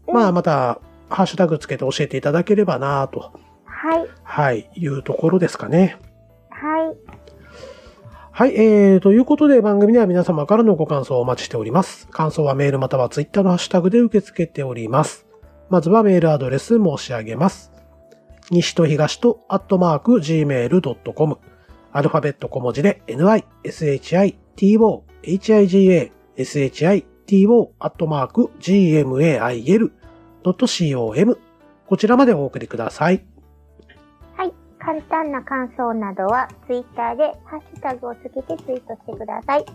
A: うん
B: まあ、また、ハッシュタグつけて教えていただければなと、
A: はい。
B: はい、いうところですかね。
A: はい。
B: はい、えー、ということで番組では皆様からのご感想をお待ちしております。感想はメールまたはツイッターのハッシュタグで受け付けております。まずはメールアドレス申し上げます。西と東と、アットマーク、gmail.com。アルファベット小文字で、ny, shi, to, higa, shi, to, アットマーク、gmail.com。こちらまでお送りください。
A: はい。簡単な感想などは、ツイッターで、ハッシュタグをつけてツイートしてください。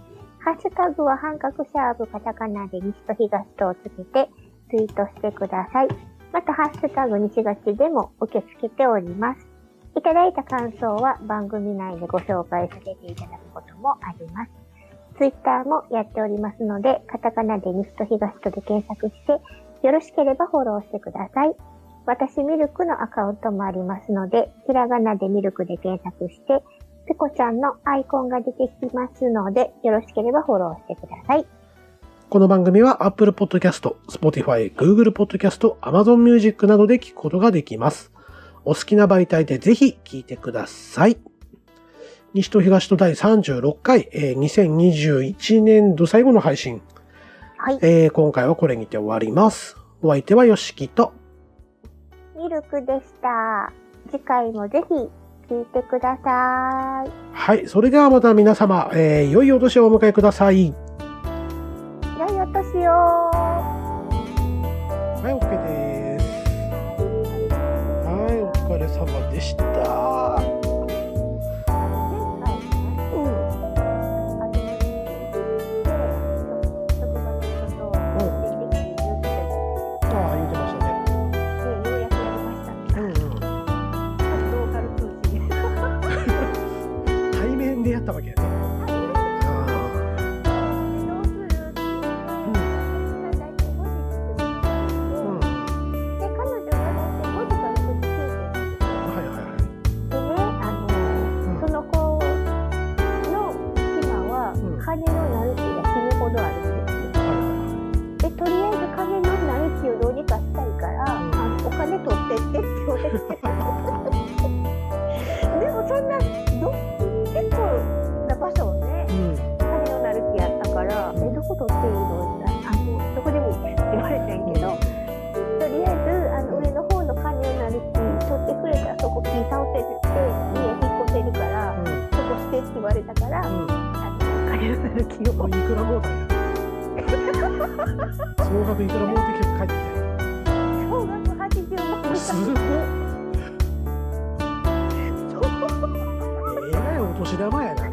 A: ハッシュタグは、半角シャープカタカナで西と東とをつけて、ツイートしてください。また、ハッシュタグ西東でも受け付けております。いただいた感想は、番組内でご紹介させていただくこともあります。ツイッターもやっておりますので、カタカナで西と東とで検索して、よろしければフォローしてください。私ミルクのアカウントもありますので、ひらがなでミルクで検索して、ペコちゃんのアイコンが出てきますので、よろしければフォローしてください。
B: この番組は Apple Podcast、Spotify、Google Podcast、Amazon Music などで聞くことができます。お好きな媒体でぜひ聞いてください。西と東と第36回、えー2021年度最後の配信、
A: はい。
B: えー今回はこれにて終わります。お相手はよしきと、
A: ミルクでした。次回もぜひ聞いてください。
B: はい、それではまた皆様、えー良いお年をお迎えください。
A: 良いお年を
B: はい、OK です。はい、お疲れ様でした。
A: 前回ね、あの、ちょっと
B: ああ、言
A: 職場の人と出てきて言ってたり
B: ってましたね。
A: してようやくやりました。
B: うんうん
A: ローカル通信。
B: 対面でやったわけやね。あ
A: どうするって言って、大体5時って言って、
B: あうん。
A: で、
B: は
A: 彼女がだって5時から6時休憩
B: いはいはい。
A: でね、あの、その子の島は、金のなる木が死ぬほどあるんですよ。で、とりあえず金のなる木をどうにかしたいから、あのお金取ってってって言われて。でもそんな、ど、結構な場所をね、
B: うん。
A: 金のなる木やったから、え、どこ取っていいのってあの、どこでもいいですって言われたんやけど、とりあえず、あの、上の方の金のなる木取ってくれたらそこ木倒せって言って、家引っ越せるから、そこしてって言われたから、あ
B: う
A: の、金のなる木を。
B: ん。うん。いくらもうた んや。総額いくらもうてきて帰ってきたんや。
A: 総額80万円。
B: すごっ。えらいお年玉やな。